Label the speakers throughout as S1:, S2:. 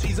S1: She's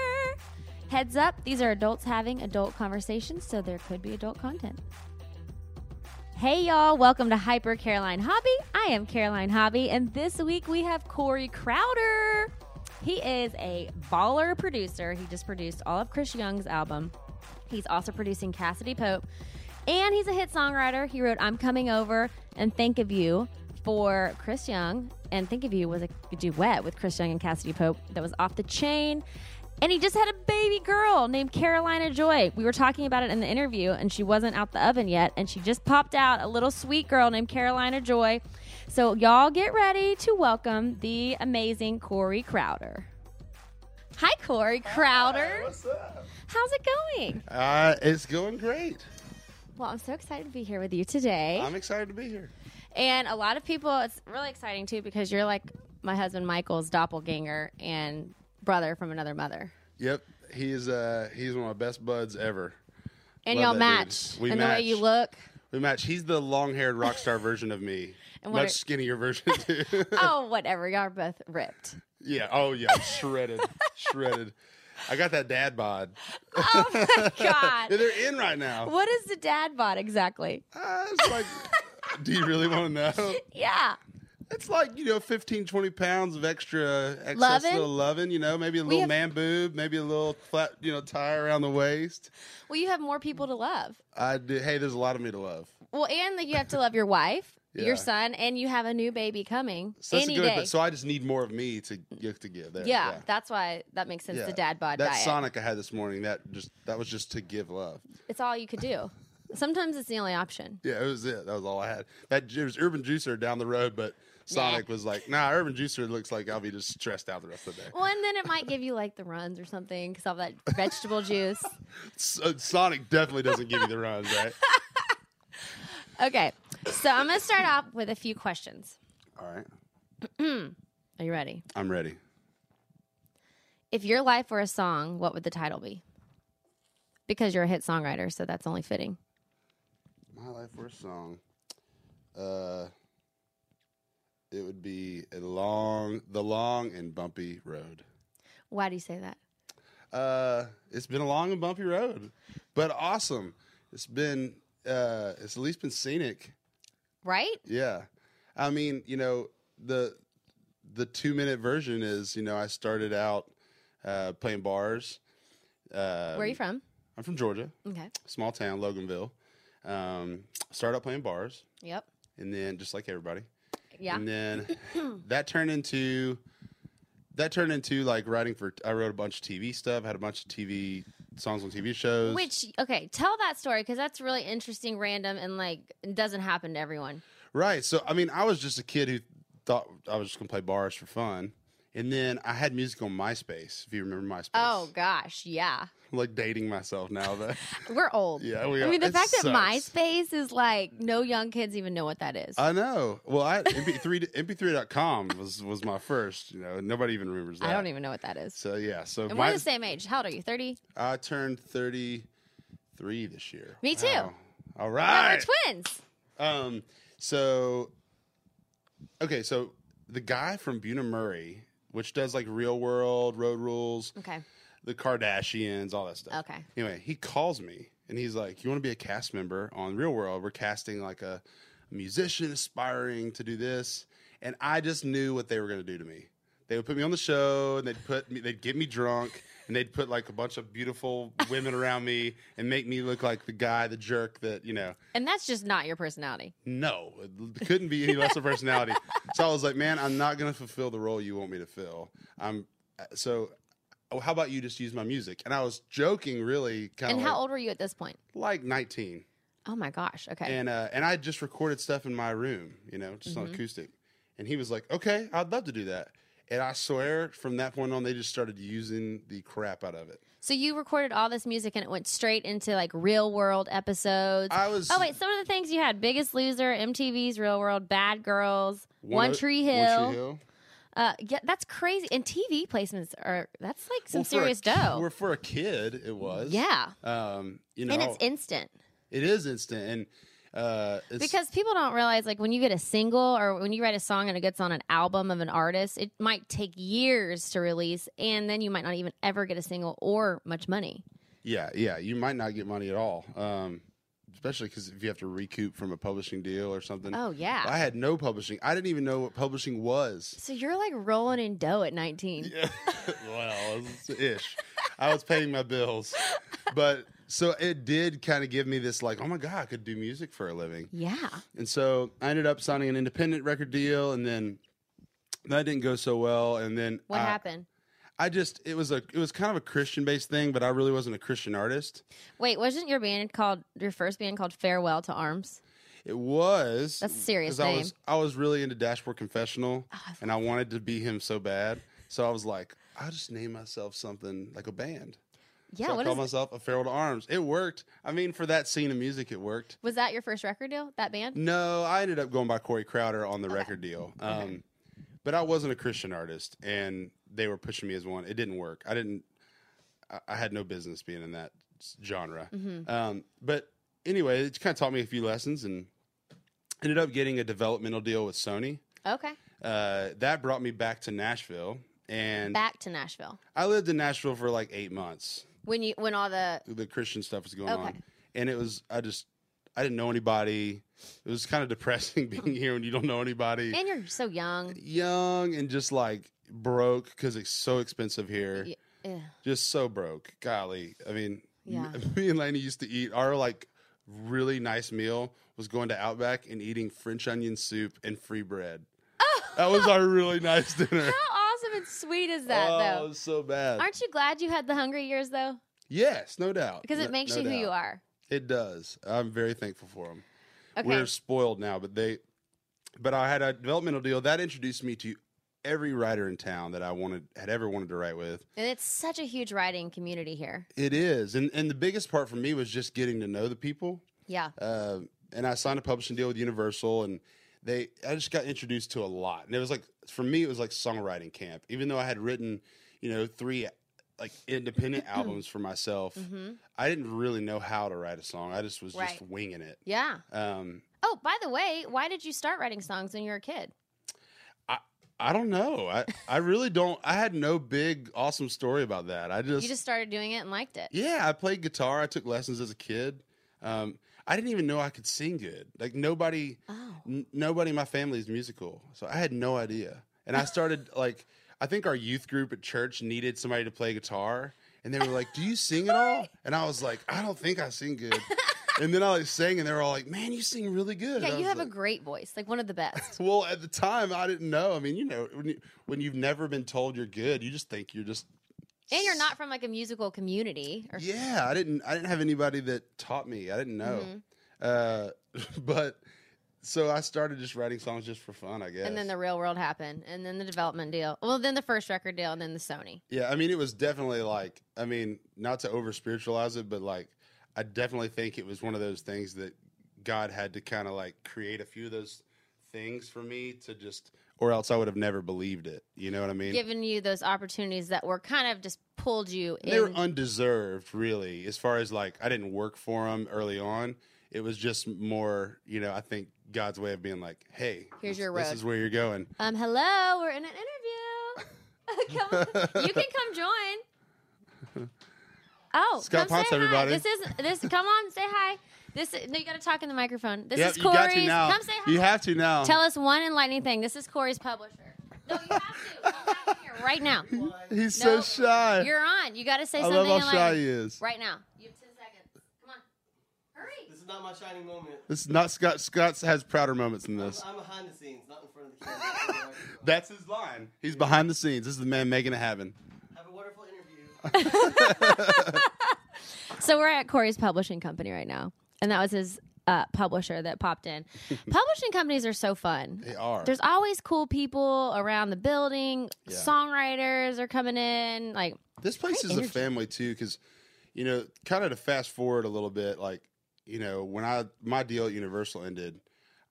S2: Heads up, these are adults having adult conversations, so there could be adult content. Hey y'all, welcome to Hyper Caroline Hobby. I am Caroline Hobby, and this week we have Corey Crowder. He is a baller producer. He just produced all of Chris Young's album. He's also producing Cassidy Pope, and he's a hit songwriter. He wrote I'm Coming Over and Think of You for Chris Young, and Think of You was a duet with Chris Young and Cassidy Pope that was off the chain. And he just had a baby girl named Carolina Joy. We were talking about it in the interview, and she wasn't out the oven yet. And she just popped out a little sweet girl named Carolina Joy. So, y'all get ready to welcome the amazing Corey Crowder. Hi, Corey Crowder.
S3: What's up?
S2: How's it going?
S3: Uh, it's going great.
S2: Well, I'm so excited to be here with you today.
S3: I'm excited to be here.
S2: And a lot of people, it's really exciting too because you're like my husband Michael's doppelganger and brother from another mother.
S3: Yep, he's uh he's one of my best buds ever.
S2: And
S3: Love
S2: y'all
S3: that dude.
S2: match
S3: We
S2: in the way
S3: match.
S2: you look.
S3: We match. He's the long-haired rock star version of me,
S2: And what
S3: much
S2: are-
S3: skinnier version too.
S2: Oh, whatever. Y'all are both ripped.
S3: yeah. Oh yeah. I'm Shredded. shredded. I got that dad bod.
S2: Oh my God.
S3: They're in right now.
S2: What is the dad bod exactly?
S3: Uh, it's like, do you really want to know?
S2: Yeah.
S3: It's like you know, 15, 20 pounds of extra excess
S2: Lovin'?
S3: little loving. You know, maybe a little
S2: have-
S3: man boob, maybe a little flat, you know, tie around the waist.
S2: Well, you have more people to love.
S3: I do. Hey, there's a lot of me to love.
S2: Well, and that you have to love your wife,
S3: Yeah.
S2: your son, and you have a new baby coming
S3: So that's a
S2: any
S3: good.
S2: day.
S3: So I just need more of me to get to give. There.
S2: yeah, that's why that makes sense.
S3: Yeah.
S2: The dad bod
S3: That
S2: diet.
S3: Sonic I had this morning. That just that was just to give love.
S2: It's all you could do. Sometimes it's the only option.
S3: Yeah, it was it. That was all I had. That ju- it was Urban Juicer down the road, but Sonic was like, "Nah, Urban Juicer looks like I'll be just stressed out the rest of the day."
S2: Well, and then it might give you like the runs or something because all that vegetable juice.
S3: So, Sonic definitely doesn't give you the runs, right?
S2: Okay, so I'm gonna start off with a few questions.
S3: All right,
S2: Are you ready?
S3: I'm ready.
S2: If your life were a song, what would the title be? Because you're a hit songwriter, so that's only fitting.
S3: My life were a song. Uh, it would be a long, the long and bumpy road.
S2: Why do you say that?
S3: Uh, it's been a long and bumpy road, but awesome. It's been uh, it's at least been scenic.
S2: Right?
S3: Yeah, I mean, you know the the two minute version is you know I started out uh, playing bars. Uh,
S2: Where are you from?
S3: I'm from Georgia,
S2: Okay.
S3: small town Loganville. Um, started out playing bars,
S2: Yep.
S3: and then just like everybody,
S2: Yeah.
S3: and then that turned into that turned into like writing for. I wrote a bunch of TV stuff. Had a bunch of TV songs on TV shows.
S2: Which okay, tell that story because that's really interesting, random, and like it doesn't happen to everyone.
S3: right? So I mean, I was just a kid who thought I was just gonna play bars for fun, and then I had music on MySpace. If you remember MySpace,
S2: Oh gosh, yeah,
S3: I'm, like dating myself now. That
S2: we're old.
S3: yeah, we
S2: I
S3: are.
S2: mean, the
S3: It
S2: fact that
S3: sucks.
S2: MySpace is like no young kids even know what that is.
S3: I know. Well, I MP3 mp3.com was was my first. You know, nobody even remembers that.
S2: I don't even know what that is.
S3: So yeah, so
S2: And
S3: my-
S2: we're the same age. How old are you? Thirty?
S3: I turned 33 this year.
S2: Me too.
S3: Wow. All
S2: We're
S3: right.
S2: twins.
S3: Um, so, okay, so the guy from Buna Murray, which does like Real World, Road Rules,
S2: Okay.
S3: the Kardashians, all that stuff.
S2: Okay.
S3: Anyway, he calls me and he's like, "You want to be a cast member on Real World? We're casting like a musician aspiring to do this." And I just knew what they were going to do to me. They would put me on the show and they'd put me, they'd get me drunk and they'd put like a bunch of beautiful women around me and make me look like the guy, the jerk that you know.
S2: And that's just not your personality.
S3: No, it couldn't be any less of personality. So I was like, man, I'm not going to fulfill the role you want me to fill. I'm so. Oh, how about you just use my music? And I was joking, really, kind
S2: and
S3: of
S2: how
S3: like,
S2: old were you at this point?
S3: like 19,
S2: Oh my gosh. Okay.
S3: and uh, and I
S2: Mm-hmm.
S3: just recorded stuff in my room, you know, just on acoustic. And he was like, okay, I'd love to do that. And I swear, from that point on, they just started using the crap out of it.
S2: So you recorded all this music and it went straight into like real world episodes.
S3: I was.
S2: oh wait, some of the things you had: Biggest Loser, MTV's Real World, Bad Girls, One,
S3: o-
S2: Tree Hill.
S3: One Tree Hill.
S2: Uh, yeah, that's crazy. And TV placements are that's like some
S3: Well, for a
S2: serious
S3: ki-
S2: dough.
S3: Well, for a kid, it was.
S2: Yeah,
S3: Um, you know,
S2: and it's instant
S3: it is instant, and uh, it's,
S2: because people don't realize like when you get a single or when you write a song and it gets on an album of an artist, it might take years to release, and then you might not even ever get a single or much money.
S3: yeah, yeah, you might not get money at all. Um, especially because if you have to recoup from a publishing deal or something.
S2: Oh yeah.
S3: I had no publishing. I didn't even know what publishing was.
S2: so you're like rolling in dough at 19.
S3: Yeah. well, it's ish. I was paying my bills. But so it did kind of give me this like, oh my God, I could do music for a living.
S2: Yeah.
S3: And so I ended up signing an independent record deal and then that didn't go so well. And then
S2: What
S3: I,
S2: happened?
S3: I just it was a it was kind of a Christian based thing, but I really wasn't a Christian artist.
S2: Wait, wasn't your band called your first band called Farewell to Arms?
S3: It was
S2: That's a serious
S3: I
S2: name. Oh,
S3: was I was really into Dashboard Confessional
S2: I
S3: and I wanted to be him so bad. So I was like, I'll just name myself something like a band.
S2: Yeah,
S3: so I
S2: what
S3: called
S2: is
S3: myself a Feral to Arms. It worked. I mean, for that scene of music, it worked.
S2: was that your first record deal? That band?
S3: No, I ended up going by Corey Crowder on the record deal. Um, But I wasn't a Christian artist, and they were pushing me as one. It didn't work. I didn't. I, I had no business being in that s- genre.
S2: Mm-hmm.
S3: Um, but anyway, it kind of taught me a few lessons, and ended up getting a developmental deal with Sony.
S2: Okay.
S3: Uh, that brought me back to Nashville, and
S2: Back to Nashville.
S3: I lived in Nashville for like eight months.
S2: When you when all the
S3: the Christian stuff was going
S2: Okay.
S3: on, and it was I just I didn't know anybody. It was kind of depressing being here when you don't know anybody,
S2: and you're so young.
S3: young and just like broke because it's so expensive here.
S2: Y- Yeah.
S3: Just so broke. Golly, I mean,
S2: Yeah.
S3: m- me and Laney used to eat our like really nice meal was going to Outback and eating French onion soup and free bread. That was our really nice dinner.
S2: How awesome and sweet is that
S3: oh, it
S2: though?
S3: was so bad.
S2: Aren't you glad you had the hungry years though?
S3: yes, no doubt.
S2: Because it
S3: No-
S2: makes
S3: no
S2: you who you
S3: doubt.
S2: are.
S3: It does. I'm very thankful for them.
S2: Okay.
S3: we're spoiled now, but they but I had a developmental deal that introduced me to every writer in town that I wanted had ever wanted to write with.
S2: and it's such a huge writing community here.
S3: It is. And and the biggest part for me was just getting to know the people.
S2: Yeah.
S3: Uh, and I signed a publishing deal with Universal and they I just got introduced to a lot. And it was like for me it was like songwriting camp. Even though I had written, you know, three like independent albums for myself,
S2: hmm
S3: I didn't really know how to write a song. I just was
S2: Right.
S3: just winging it.
S2: Yeah.
S3: Um
S2: Oh, by the way, why did you start writing songs when you were a kid?
S3: I don't know. I, I really don't. I had no big awesome story about that. I just,
S2: You just started doing it and liked it.
S3: yeah, I played guitar. I took lessons as a kid. Um, I didn't even know I could sing good. Like nobody,
S2: Oh.
S3: n- nobody in my family is musical, so I had no idea. And I started like I think our youth group at church needed somebody to play guitar, and they were like, "Do you sing at all?" And I was like, "I don't think I sing good." and then I like sang, and they were all like, "Man, you sing really good." And
S2: Yeah,
S3: I
S2: you
S3: was
S2: have
S3: like,
S2: a great voice, like one of the best.
S3: well, at the time, I didn't know. I mean, you know, when, you, when you've never been told you're good, you just think you're just.
S2: and you're not from like a musical community. Or,
S3: Yeah, I didn't. I didn't have anybody that taught me. I didn't know.
S2: Mm-hmm.
S3: Uh, but so I started just writing songs just for fun, I guess.
S2: And then the real world happened, and then the development deal. Well, then the first record deal, and then the Sony.
S3: yeah, I mean, it was definitely like. I mean, not to over spiritualize it, but like, I definitely think it was one of those things that God had to kind of like create a few of those things for me to just, or else I would have never believed it. You know what I mean?
S2: Giving you those opportunities that were kind of just pulled you
S3: And they were
S2: in.
S3: undeserved, really, as far as like I didn't work for them early on. It was just more, you know, I think God's way of being like, hey,
S2: Here's
S3: this,
S2: your
S3: this
S2: road.
S3: is where you're going.
S2: um, hello, we're in an interview. come, you can come join. Oh,
S3: Scott
S2: come
S3: Ponce,
S2: say hi.
S3: everybody.
S2: This is this. Come on, say hi. This no, you got to talk in the microphone. This
S3: Yep,
S2: is
S3: you
S2: Corey's.
S3: got to now.
S2: Come say hi.
S3: You have to now.
S2: Tell us one enlightening thing. This is Corey's publisher. No, you have to. Come down here right now.
S3: He's
S2: No,
S3: so shy.
S2: You're on. You got to say
S3: I
S2: something
S3: love how shy
S2: enlightening
S3: he is.
S2: right now. You have ten seconds. Come on, hurry.
S1: This is not my shining moment.
S3: This is not Scott. Scott has prouder moments than this.
S1: I'm behind the scenes, not in front of the camera.
S3: That's his line. He's behind the scenes. This is the man making it happen.
S1: Have a wonderful interview.
S2: So we're at Corey's publishing company right now, and that was his uh, publisher that popped in. Publishing companies are so fun.
S3: They are.
S2: There's always cool people around the building.
S3: Yeah.
S2: Songwriters are coming in. Like,
S3: This place
S2: Great
S3: is
S2: energy.
S3: a family too, because you know, kind of to fast forward a little bit, like you know, when I my deal at Universal ended,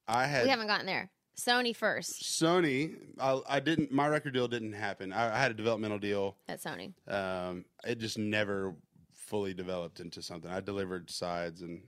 S3: I had
S2: we haven't gotten there. Sony first
S3: Sony. I, I didn't. My record deal didn't happen. I, I had a developmental deal.
S2: at Sony.
S3: Um, it just never fully developed into something. I delivered sides and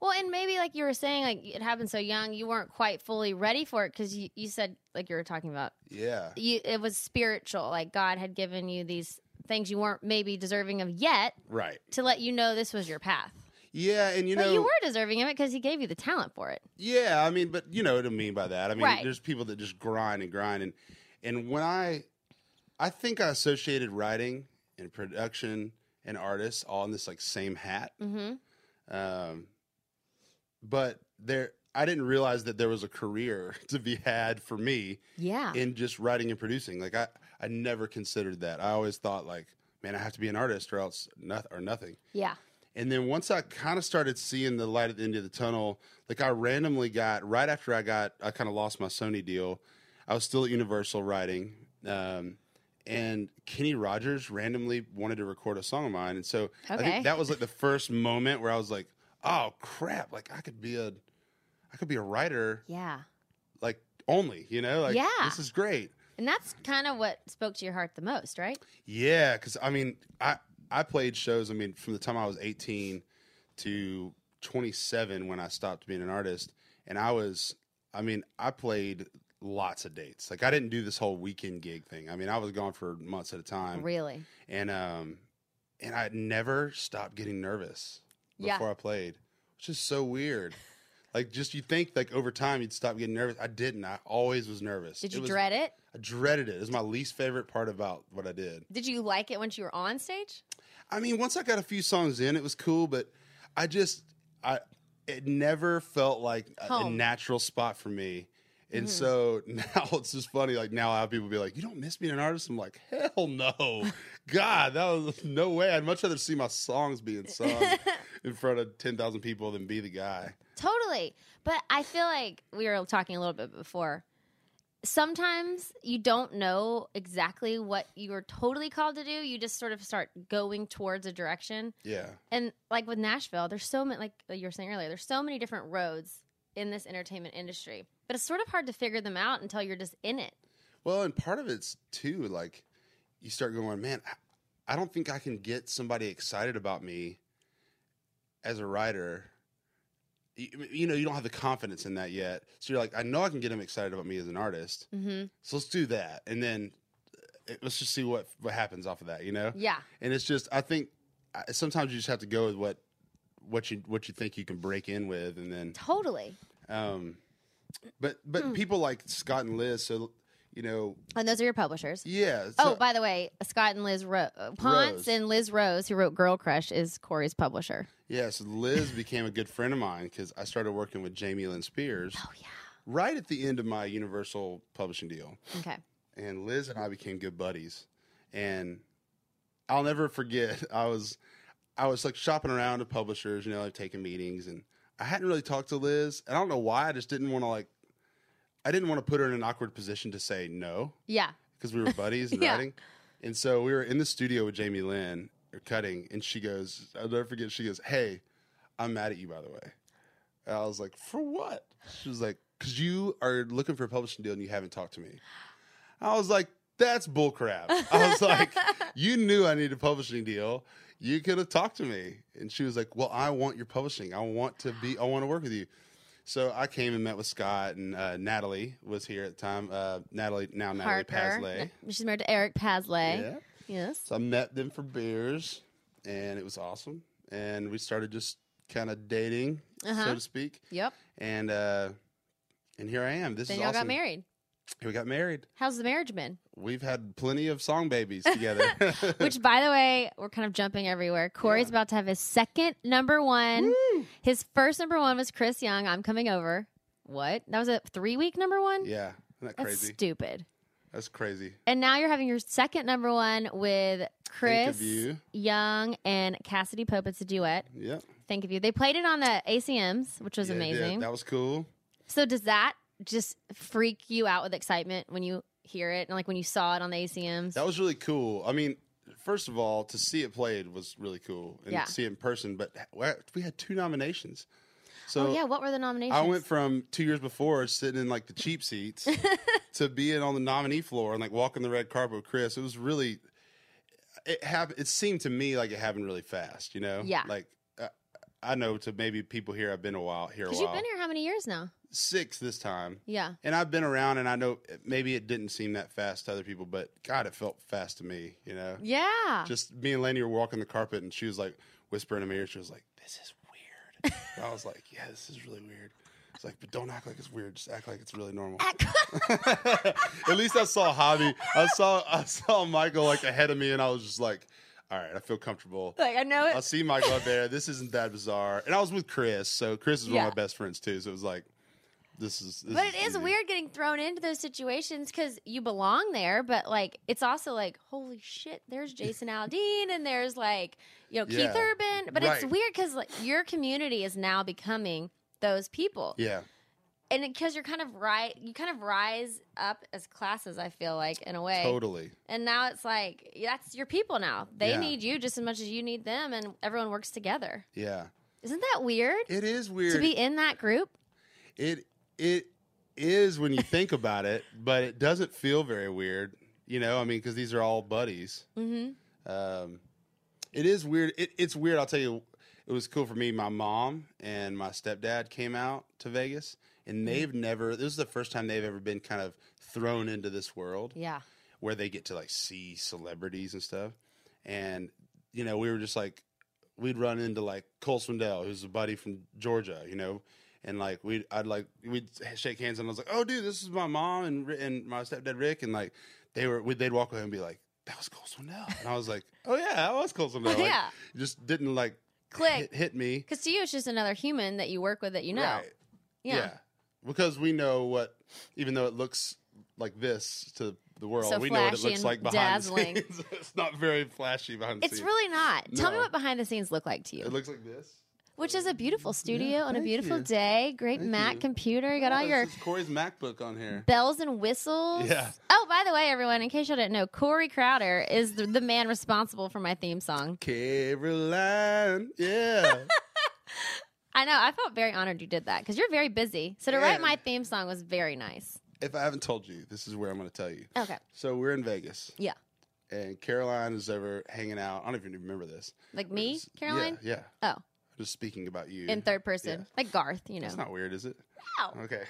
S2: Well, and maybe like you were saying, like it happened so young, you weren't quite fully ready for it because you, you said, like you were talking about,
S3: yeah,
S2: you, it was spiritual. Like God had given you these things you weren't maybe deserving of yet
S3: right,
S2: to let you know this was your path.
S3: yeah, and you
S2: but
S3: know,
S2: you were deserving of it because He gave you the talent for it.
S3: Yeah, I mean, but you know what I mean by that. I mean,
S2: Right.
S3: there's people that just grind and grind, and and when I, I think I associated writing and production and artists all in this like same hat.
S2: Mm-hmm.
S3: Um, but there, I didn't realize that there was a career to be had for me
S2: Yeah.
S3: in just writing and producing. Like I, I never considered that. I always thought like, man, I have to be an artist or else nothing or nothing.
S2: yeah.
S3: And then once I kind of started seeing the light at the end of the tunnel, like I randomly got right after I got, I kind of lost my Sony deal. I was still at Universal writing, um, and Kenny Rogers randomly wanted to record a song of mine, and so I
S2: Okay.
S3: think that was like the first moment where I was like, "Oh crap! Like I could be a, I could be a writer,
S2: Yeah.
S3: like only, you know, like
S2: Yeah.
S3: this is great."
S2: And that's kind of what spoke to your heart the most, right?
S3: Yeah, because I mean, I I played shows. I mean, from the time I was eighteen to twenty seven when I stopped being an artist, and I was, I mean, I played lots of dates. Like I didn't do this whole weekend gig thing. I mean, I was gone for months at a time,
S2: really.
S3: and um, and I never stopped getting nervous
S2: Yeah.
S3: before I played, which is so weird. Like just you think like over time you'd stop getting nervous. I didn't. I always was nervous.
S2: Did
S3: It
S2: you
S3: was-
S2: dread it?
S3: I dreaded it. It was my least favorite part about what I did.
S2: Did you like it once you were on stage?
S3: I mean, once I got a few songs in, it was cool, but I just I it never felt like a, a
S2: Home.
S3: natural spot for me. And so now it's just funny. Like now, I have people be like, "You don't miss being an artist." I'm like, "Hell no, God, that was no way." I'd much rather see my songs being sung in front of ten thousand people than be the guy.
S2: Totally. But I feel like we were talking a little bit before. Sometimes you don't know exactly what you are totally called to do. You just sort of start going towards a direction.
S3: Yeah,
S2: And like with Nashville, there's so many, like you were saying earlier, there's so many different roads in this entertainment industry. But it's sort of hard to figure them out until you're just in it.
S3: Well, and part of it's too like you start going, man, I- I don't think I can get somebody excited about me as a writer. You, you know, you don't have the confidence in that yet. So you're like, I know I can get them excited about me as an artist.
S2: Mm-hmm.
S3: So let's do that, and then uh, let's just see what what happens off of that. You know,
S2: Yeah.
S3: and it's just I think I, sometimes you just have to go with what what you what you think you can break in with, and then
S2: Totally.
S3: um, but but people like Scott and Liz, so you know,
S2: And those are your publishers.
S3: yeah.
S2: oh,
S3: so-
S2: by the way, Scott and Liz Ro- uh, Ponce
S3: Rose.
S2: and Liz Rose, who wrote Girl Crush, is Corey's publisher.
S3: Yeah, so Liz became a good friend of mine because I started working with Jamie Lynn Spears
S2: Oh yeah.
S3: right at the end of my Universal publishing deal.
S2: Okay.
S3: And Liz and I became good buddies. And I'll never forget, I was I was like shopping around to publishers, you know, like taking meetings and I hadn't really talked to Liz. And I don't know why, I just didn't want to like I didn't want to put her in an awkward position to say no
S2: Yeah.
S3: because we were buddies and
S2: Yeah.
S3: writing. And so we were in the studio with Jamie Lynn or cutting, and she goes, I'll never forget, she goes, Hey, I'm mad at you, by the way. And I was like, For what? She was like, Because you are looking for a publishing deal and you haven't talked to me. I was like, That's bullcrap. I was like, You knew I needed a publishing deal. You could have talked to me. And she was like, Well, I want your publishing. I want to be, I want to work with you. So I came and met with Scott and uh, Natalie was here at the time. Uh, Natalie, now Natalie Pasley.
S2: N- She's married to Eric Pasley.
S3: Yeah.
S2: Yes.
S3: So I met them for beers, and it was awesome. And we started just kind of dating,
S2: Uh-huh.
S3: so to speak.
S2: Yep.
S3: And uh, and here I am. This
S2: Then
S3: is
S2: y'all
S3: awesome.
S2: got married.
S3: We got married.
S2: How's the marriage been?
S3: We've had plenty of song babies together.
S2: Which, by the way, we're kind of jumping everywhere. Corey's about to have his second number one. His first number one was Chris Young. I'm coming over. What? That was a three week number one.
S3: yeah, isn't that
S2: That's
S3: crazy?
S2: stupid.
S3: That's crazy.
S2: And now you're having your second number one with Chris
S3: you.
S2: Young and Cassidy Pope. It's a duet.
S3: Yeah.
S2: Think of you. They played it on the ACMs, which was
S3: Yeah, yeah,
S2: amazing.
S3: that was cool.
S2: so does that just freak you out with excitement when you hear it and like when you saw it on the ACMs?
S3: That was really cool. I mean, first of all, to see it played was really cool and
S2: Yeah.
S3: see it in person. But we had two nominations. So
S2: oh yeah, what were the nominations?
S3: I went from two years before sitting in like the cheap seats to being on the nominee floor and like walking the red carpet with Chris. It was really, it happened. It seemed to me like it happened really fast. You know,
S2: Yeah.
S3: Like uh, I know to maybe people here, I've been a while here a
S2: because
S3: while.
S2: you've been here how many years now?
S3: Six this time,
S2: Yeah,
S3: and I've been around, and I know maybe it didn't seem that fast to other people, but God, it felt fast to me. You know,
S2: yeah.
S3: just me and Laney were walking the carpet, and she was like whispering in my ear. She was like, "This is weird." and I was like, "Yeah, this is really weird." It's like, but don't act like it's weird. Just act like it's really normal. At least I saw Hobby. I saw I saw Michael like ahead of me, and I was just like, "All right, I feel comfortable."
S2: like I know
S3: I
S2: it.
S3: see Michael up there. This isn't that bizarre. And I was with Chris, so Chris is one
S2: Yeah.
S3: of my best friends too. So it was like, "This is." This
S2: But it is
S3: easy.
S2: weird getting thrown into those situations because you belong there. But like, it's also like, holy shit, there's Jason Aldean and there's like, you know,
S3: Yeah.
S2: Keith Urban. But it's
S3: Right.
S2: weird because like your community is now becoming those people,
S3: Yeah,
S2: and because you're kind of right, you kind of rise up as classes. I feel like in a way,
S3: totally.
S2: and now it's like that's your people now. They
S3: Yeah.
S2: need you just as much as you need them, and everyone works together.
S3: Yeah,
S2: Isn't that weird
S3: it is weird.
S2: to be in that group?
S3: It it is when you think about it, but it doesn't feel very weird. You know, I mean, because these are all buddies.
S2: Mm-hmm.
S3: Um, it is weird. It, it's weird. I'll tell you, it was cool for me. My mom and my stepdad came out to Vegas, and they've never. This is the first time they've ever been kind of thrown into this world
S2: Yeah.
S3: where they get to like see celebrities and stuff. And you know, we were just like we'd run into like Cole Swindell, who's a buddy from Georgia, you know, and like we would I'd like we'd shake hands and I was like, "Oh, dude, this is my mom and Ri- and my stepdad Rick," and like they were we, they'd walk away and be like. That was Cole Swindell, and I was like, "Oh yeah, that was Cole Swindell." Like,
S2: Yeah.
S3: just didn't like
S2: Click.
S3: hit, hit me.
S2: Because to you, it's just another human that you work with that you know.
S3: Right.
S2: Yeah.
S3: Because we know what, even though it looks like this to the world,
S2: So
S3: we know what it
S2: flashy
S3: looks
S2: and
S3: like behind
S2: dazzling.
S3: the scenes. it's not very flashy behind the
S2: It's
S3: scenes.
S2: really not. Tell me
S3: No.
S2: what behind the scenes look like to you,
S3: It looks like this.
S2: which is a beautiful studio on a
S3: thank
S2: beautiful
S3: you.
S2: day. Great
S3: Thank
S2: Mac
S3: you.
S2: computer. You got all
S3: Oh,
S2: your
S3: This is Corey's MacBook on here.
S2: bells and whistles.
S3: Yeah.
S2: Oh, by the way, everyone, in case you didn't know, Corey Crowder is the, the man responsible for my theme song.
S3: Caroline, yeah,
S2: I know. I felt very honored you did that because you're very busy. So to
S3: Yeah.
S2: write my theme song was very nice.
S3: if I haven't told you, this is where I'm going to tell you.
S2: Okay.
S3: So we're in Vegas,
S2: Yeah.
S3: and Caroline is over hanging out. I don't even remember this.
S2: Like me,
S3: It's-
S2: Caroline?
S3: Yeah, yeah.
S2: Oh,
S3: Just speaking about you
S2: in third person.
S3: Yeah.
S2: Like Garth, you know.
S3: That's not weird, is it?
S2: Wow.
S3: Okay.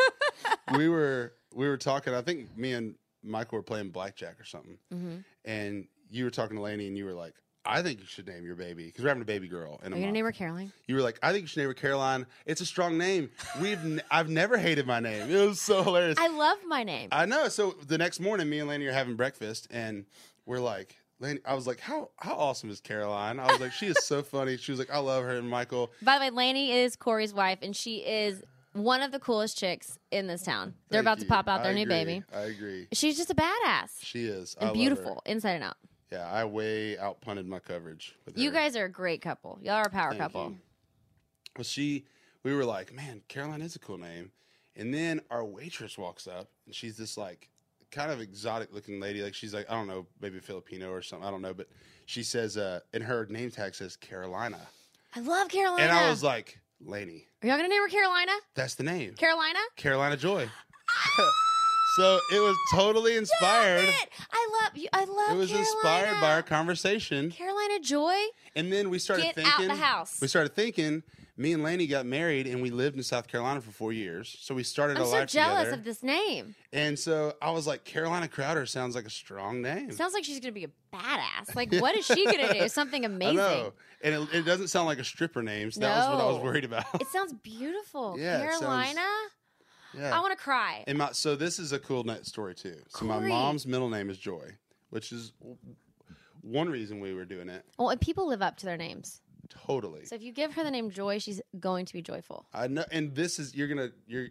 S3: we were we were talking. I think me and Michael were playing blackjack or something,
S2: mm-hmm.
S3: and you were talking to Laney, and you were like, "I think you should name your baby because we're having a baby girl." And
S2: Are you going to name her Caroline?
S3: you were like, "I think you should name her Caroline. It's a strong name. We've n- I've never hated my name. It was so hilarious.
S2: I love my name.
S3: I know. So the next morning, me and Laney are having breakfast, and we're like, Laney, I was like, how how awesome is Caroline? I was like, she is so funny. She was like, I love her. And Michael,
S2: By the way, Lanny is Corey's wife, and she is one of the coolest chicks in this town. They're
S3: thank
S2: about to
S3: you.
S2: pop out their
S3: I
S2: new
S3: agree.
S2: baby.
S3: I agree.
S2: She's just a badass
S3: She is I
S2: and
S3: love her.
S2: beautiful inside and out.
S3: Yeah, I way outpunted my coverage. With
S2: You
S3: her.
S2: guys are a great couple. Y'all are a power
S3: Thank
S2: couple.
S3: you. Well, she, we were like, man, Caroline is a cool name. And then our waitress walks up, and she's this like kind of exotic looking lady. Like she's like, I don't know, maybe Filipino or something. I don't know, but she says, uh, and her name tag says Carolina,
S2: I love Carolina.
S3: and I was like, Laney,
S2: are y'all gonna name her Carolina?
S3: that's the name,
S2: Carolina?
S3: Carolina Joy. so it was totally inspired.
S2: Love it. I love you. I love.
S3: It was
S2: Carolina.
S3: inspired by our conversation.
S2: Carolina Joy.
S3: And then we started
S2: Get out
S3: thinking
S2: the house.
S3: We started thinking. Me and Laney got married, and we lived in South Carolina for four years. So we started
S2: I'm
S3: our
S2: so
S3: life
S2: jealous
S3: together.
S2: of this name.
S3: and so I was like, Carolina Crowder sounds like a strong name.
S2: Sounds like she's gonna be a badass. Like, what is she gonna do? Something
S3: I
S2: amazing.
S3: know, and it, it doesn't sound like a stripper name. So that was what I was
S2: No.
S3: worried about.
S2: It sounds beautiful.
S3: Yeah, it sounds-
S2: Carolina.
S3: yeah.
S2: I want to cry.
S3: and my, so this is a cool net story too. So my
S2: Corey.
S3: mom's middle name is Joy, which is w- one reason we were doing it.
S2: Well, and people live up to their names.
S3: Totally.
S2: So if you give her the name Joy, she's going to be joyful.
S3: I know, and this is you're gonna you're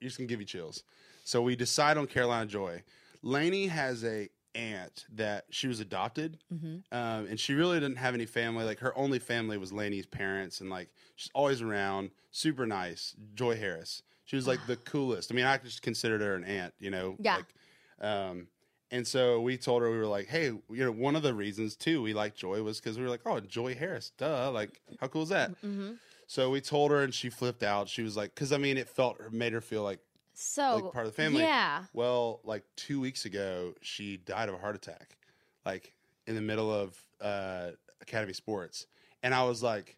S3: you're just gonna give you chills. So we decide on Carolina Joy. Lainey has a aunt that she was adopted,
S2: Mm-hmm.
S3: um, and she really didn't have any family. Like her only family was Lainey's parents, and like she's always around, super nice. Joy Harris, she was like the coolest. I mean, I just considered her an aunt, you know.
S2: Yeah.
S3: Like, um, and so we told her we were like, hey, you know, one of the reasons too we liked Joy was because we were like, oh, Joy Harris, duh, like how cool is that?
S2: Mm-hmm.
S3: So we told her, and she flipped out. She was like, because I mean, it felt made her feel like
S2: So
S3: like part of the family.
S2: Yeah.
S3: Well, like two weeks ago, she died of a heart attack, like in the middle of uh, Academy Sports, and I was like,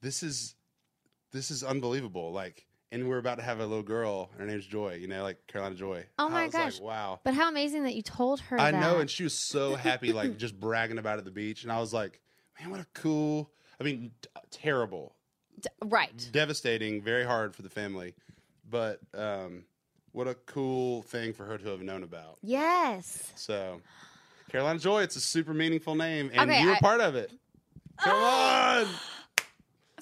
S3: "This is, this is unbelievable!" Like, and we're about to have a little girl. and Her name's Joy. You know, like Carolina Joy.
S2: Oh
S3: I
S2: my
S3: was like,
S2: gosh.
S3: wow.
S2: But how amazing that you told her.
S3: I
S2: that.
S3: know, and she was so happy, like just bragging about it at the beach, and I was like, "Man, what a cool." I mean, t- terrible,
S2: D- right.
S3: devastating, very hard for the family, but um, what a cool thing for her to have known about.
S2: Yes.
S3: So, Carolina Joy, it's a super meaningful name, and
S2: Okay,
S3: you're
S2: I- Ah!
S3: a part of it. Come on,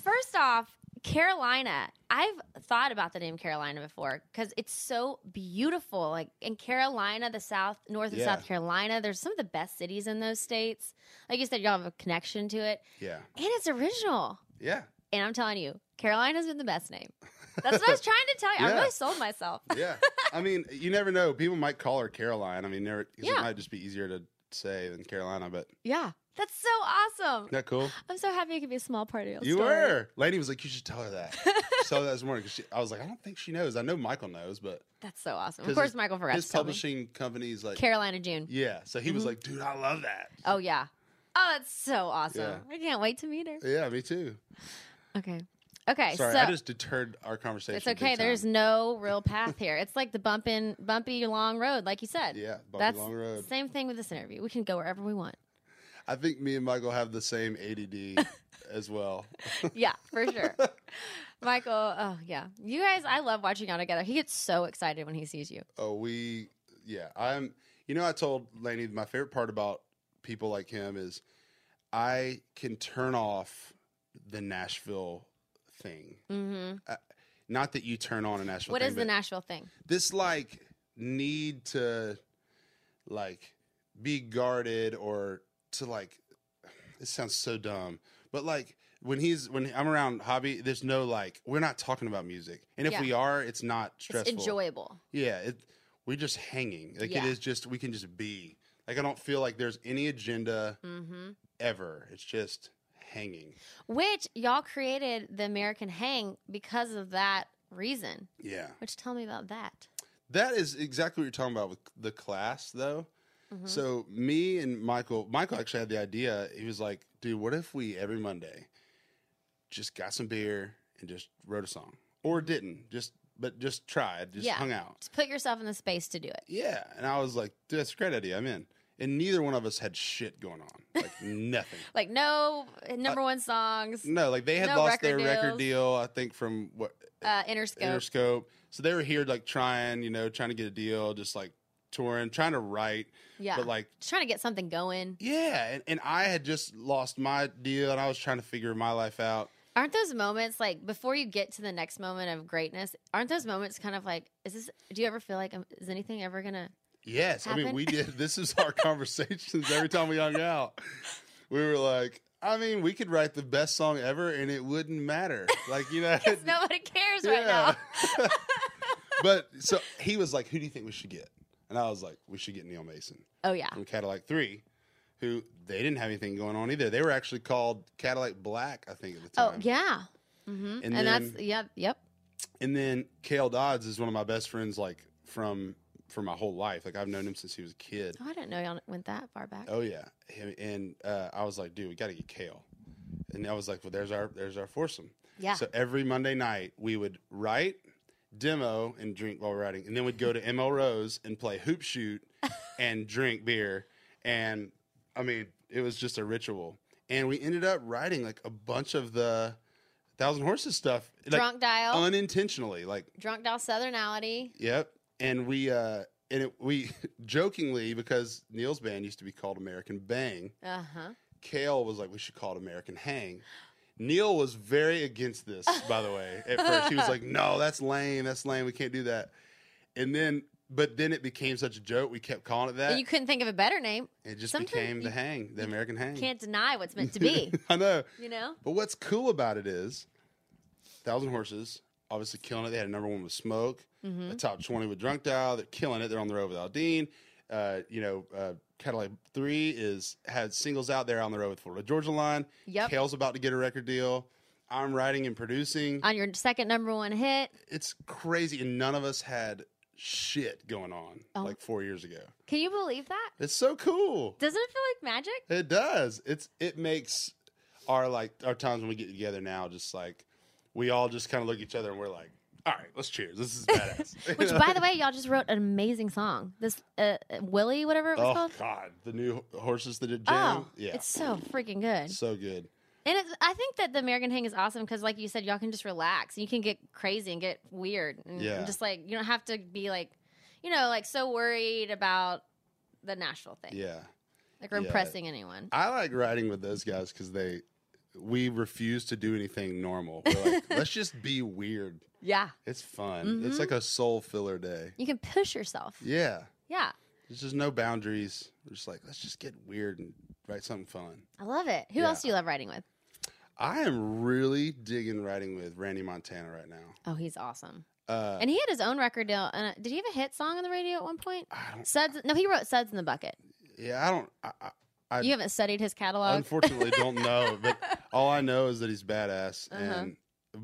S2: First off, Carolina. I've thought about the name Carolina before because it's so beautiful. Like in Carolina, the South, North and
S3: Yeah.
S2: South Carolina, there's some of the best cities in those states. Like you said, y'all have a connection to it,
S3: yeah,
S2: and it's original.
S3: yeah,
S2: And I'm telling you, Carolina's been the best name. That's what I was trying to tell you. I
S3: Yeah.
S2: really sold myself.
S3: yeah. I mean, you never know. People might call her Caroline. I mean, never, 'cause
S2: Yeah.
S3: it might just be easier to say than Carolina. But isn't
S2: Yeah. That's so awesome.
S3: that cool?
S2: I'm so happy it could be a small part of your
S3: You
S2: story.
S3: were. Lady was like, you should tell her that. She told her that this morning 'cause she, I was like, I don't think she knows. I know Michael knows, but
S2: That's so awesome.
S3: 'Cause
S2: Of course,
S3: his-
S2: Michael forgot
S3: his
S2: to tell me.
S3: publishing company's like,
S2: Carolina June.
S3: yeah. So he was
S2: Mhm.
S3: like, dude, I love that.
S2: Oh yeah. Oh, that's so awesome. I can't wait to meet her.
S3: Yeah, me too.
S2: Okay. Okay.
S3: Sorry,
S2: so
S3: I just deterred our conversation.
S2: it's okay.
S3: big
S2: There's
S3: time.
S2: no real path here. It's like the bumpin' bumpy long road, like you said.
S3: yeah, bumpy
S2: that's
S3: long road.
S2: same thing with this interview. We can go wherever we want.
S3: I think me and Michael have the same ADD as well.
S2: yeah, for sure. Michael, oh yeah. You guys, I love watching y'all together. He gets so excited when he sees you.
S3: Oh, we, yeah. I'm, you know, I told Laney my favorite part about people like him is I can turn off the Nashville thing.
S2: Mm-hmm.
S3: Not that you turn on a Nashville
S2: What
S3: thing.
S2: is the
S3: but
S2: Nashville thing?
S3: This, like, need to, like, be guarded or to, like, this sounds so dumb, but like, when he's when I'm around hobby, there's no like we're not talking about music, and if
S2: Yeah.
S3: we are, it's not stressful.
S2: It's enjoyable.
S3: Yeah, it, we're just hanging. Like
S2: Yeah.
S3: it is just we can just be. Like I don't feel like there's any agenda
S2: Mm-hmm.
S3: ever. It's just hanging.
S2: Which y'all created the American Hang because of that reason.
S3: Yeah,
S2: Which tell me about that.
S3: that is exactly what you're talking about with the class, though.
S2: Mhm.
S3: So me and Michael, Michael actually had the idea. He was like, "Dude, what if we every Monday just got some beer and just wrote a song, or didn't just, but just tried, just
S2: Yeah.
S3: hung out."
S2: Just put yourself in the space to do it.
S3: Yeah. And I was like, dude, that's a great idea. I'm in. And neither one of us had shit going on. Like nothing.
S2: Like no number one songs,
S3: No, like they had
S2: No
S3: lost their
S2: record
S3: record
S2: deals.
S3: deal, I think, from what
S2: uh, Interscope.
S3: Interscope. So they were here like trying, you know, trying to get a deal, just like touring, trying to write.
S2: yeah,
S3: But like
S2: just trying to get something going.
S3: yeah, and, and I had just lost my deal and I was trying to figure my life out.
S2: Aren't those moments like before you get to the next moment of greatness? Aren't those moments kind of like is this? Do you ever feel like um, is anything ever gonna?
S3: Yes. I mean
S2: Happened?
S3: we did this is our conversations every time we hung out. We were like, I mean, we could write the best song ever and it wouldn't matter. Like, you know,
S2: Because nobody cares right now.
S3: Yeah. but so he was like, "Who do you think we should get?" And I was like, "We should get Neil Mason
S2: Oh yeah,
S3: from Cadillac Three, who they didn't have anything going on either. They were actually called Cadillac Black, I think, at the
S2: oh
S3: time.
S2: yeah, hmm and,
S3: And
S2: that's
S3: then-
S2: yep, yep.
S3: And then Kale Dodds is one of my best friends, like from for my whole life. Like I've known him since he was a kid.
S2: Oh, I didn't know y'all went that far back.
S3: Oh yeah, Him- and uh, I was like, "Dude, we got to get Kale." And I was like, "Well, there's our there's our foursome."
S2: yeah,
S3: So every Monday night we would write, demo, and drink while writing, and then we'd go to ML Rose and play hoop shoot and drink beer. And I mean, it was just a ritual. And we ended up writing like a bunch of the Thousand Horses stuff, like
S2: drunk dial,
S3: unintentionally. Like,
S2: drunk dial southernality.
S3: yep. And we uh and it, we jokingly because Neil's band used to be called American Bang.
S2: Uh huh.
S3: Kale was like, we should call it American Hang. Neil was very against this, by the way, at first. He was like, no, that's lame. That's lame. We can't do that. And then but then it became such a joke. We kept calling it that.
S2: you couldn't think of a better name.
S3: it just
S2: sometimes
S3: became the
S2: you-
S3: hang, the American hang.
S2: Can't deny what's meant to be.
S3: I know.
S2: you know?
S3: But what's cool about it is, Thousand Horses obviously killing it. They had a number one with Smoke,
S2: Mm-hmm.
S3: a top twenty with Drunk Dial. They're killing it. They're on the road with Aldine. Uh, you know, uh, Cadillac Three is had singles out there on the road with Florida Georgia Line.
S2: Yep.
S3: Kale's about to get a record deal. I'm writing and producing.
S2: On your second number one hit,
S3: it's crazy, and none of us had shit going on
S2: Oh.
S3: like four years ago.
S2: can you believe that?
S3: It's so cool.
S2: Doesn't it feel like magic?
S3: It does. It's it makes our like our times when we get together now just like we all just kind of look at each other and we're like, all right, let's cheers. This is badass.
S2: Which, by the way, y'all just wrote an amazing song. This uh, Willie, whatever it was
S3: oh
S2: called.
S3: god, the new horses that did jam.
S2: Oh,
S3: yeah,
S2: it's so freaking good.
S3: so good.
S2: And it's, I think that the American Hang is awesome because, like you said, y'all can just relax. You can get crazy and get weird, and
S3: Yeah.
S2: just like you don't have to be like, you know, like so worried about the Nashville thing,
S3: Yeah,
S2: like or
S3: Yeah.
S2: impressing anyone.
S3: I like riding with those guys because they we refuse to do anything normal. We're like, let's just be weird.
S2: Yeah,
S3: It's fun.
S2: Mhm.
S3: It's like a soul filler day.
S2: you can push yourself. Yeah,
S3: Yeah, there's just no boundaries. We're just like, let's just get weird and write something fun.
S2: I love it. Who
S3: Yeah.
S2: else do you love riding with?
S3: I am really digging writing with Randy Montana right now.
S2: Oh, he's awesome.
S3: Uh,
S2: And he had his own record deal. And uh, did he have a hit song on the radio at one point?
S3: I don't,
S2: Suds? No, he wrote Suds in the Bucket.
S3: yeah, I don't. I, I I-
S2: you haven't studied his catalog.
S3: unfortunately don't know, but all I know is that he's badass,
S2: Uh-huh.
S3: and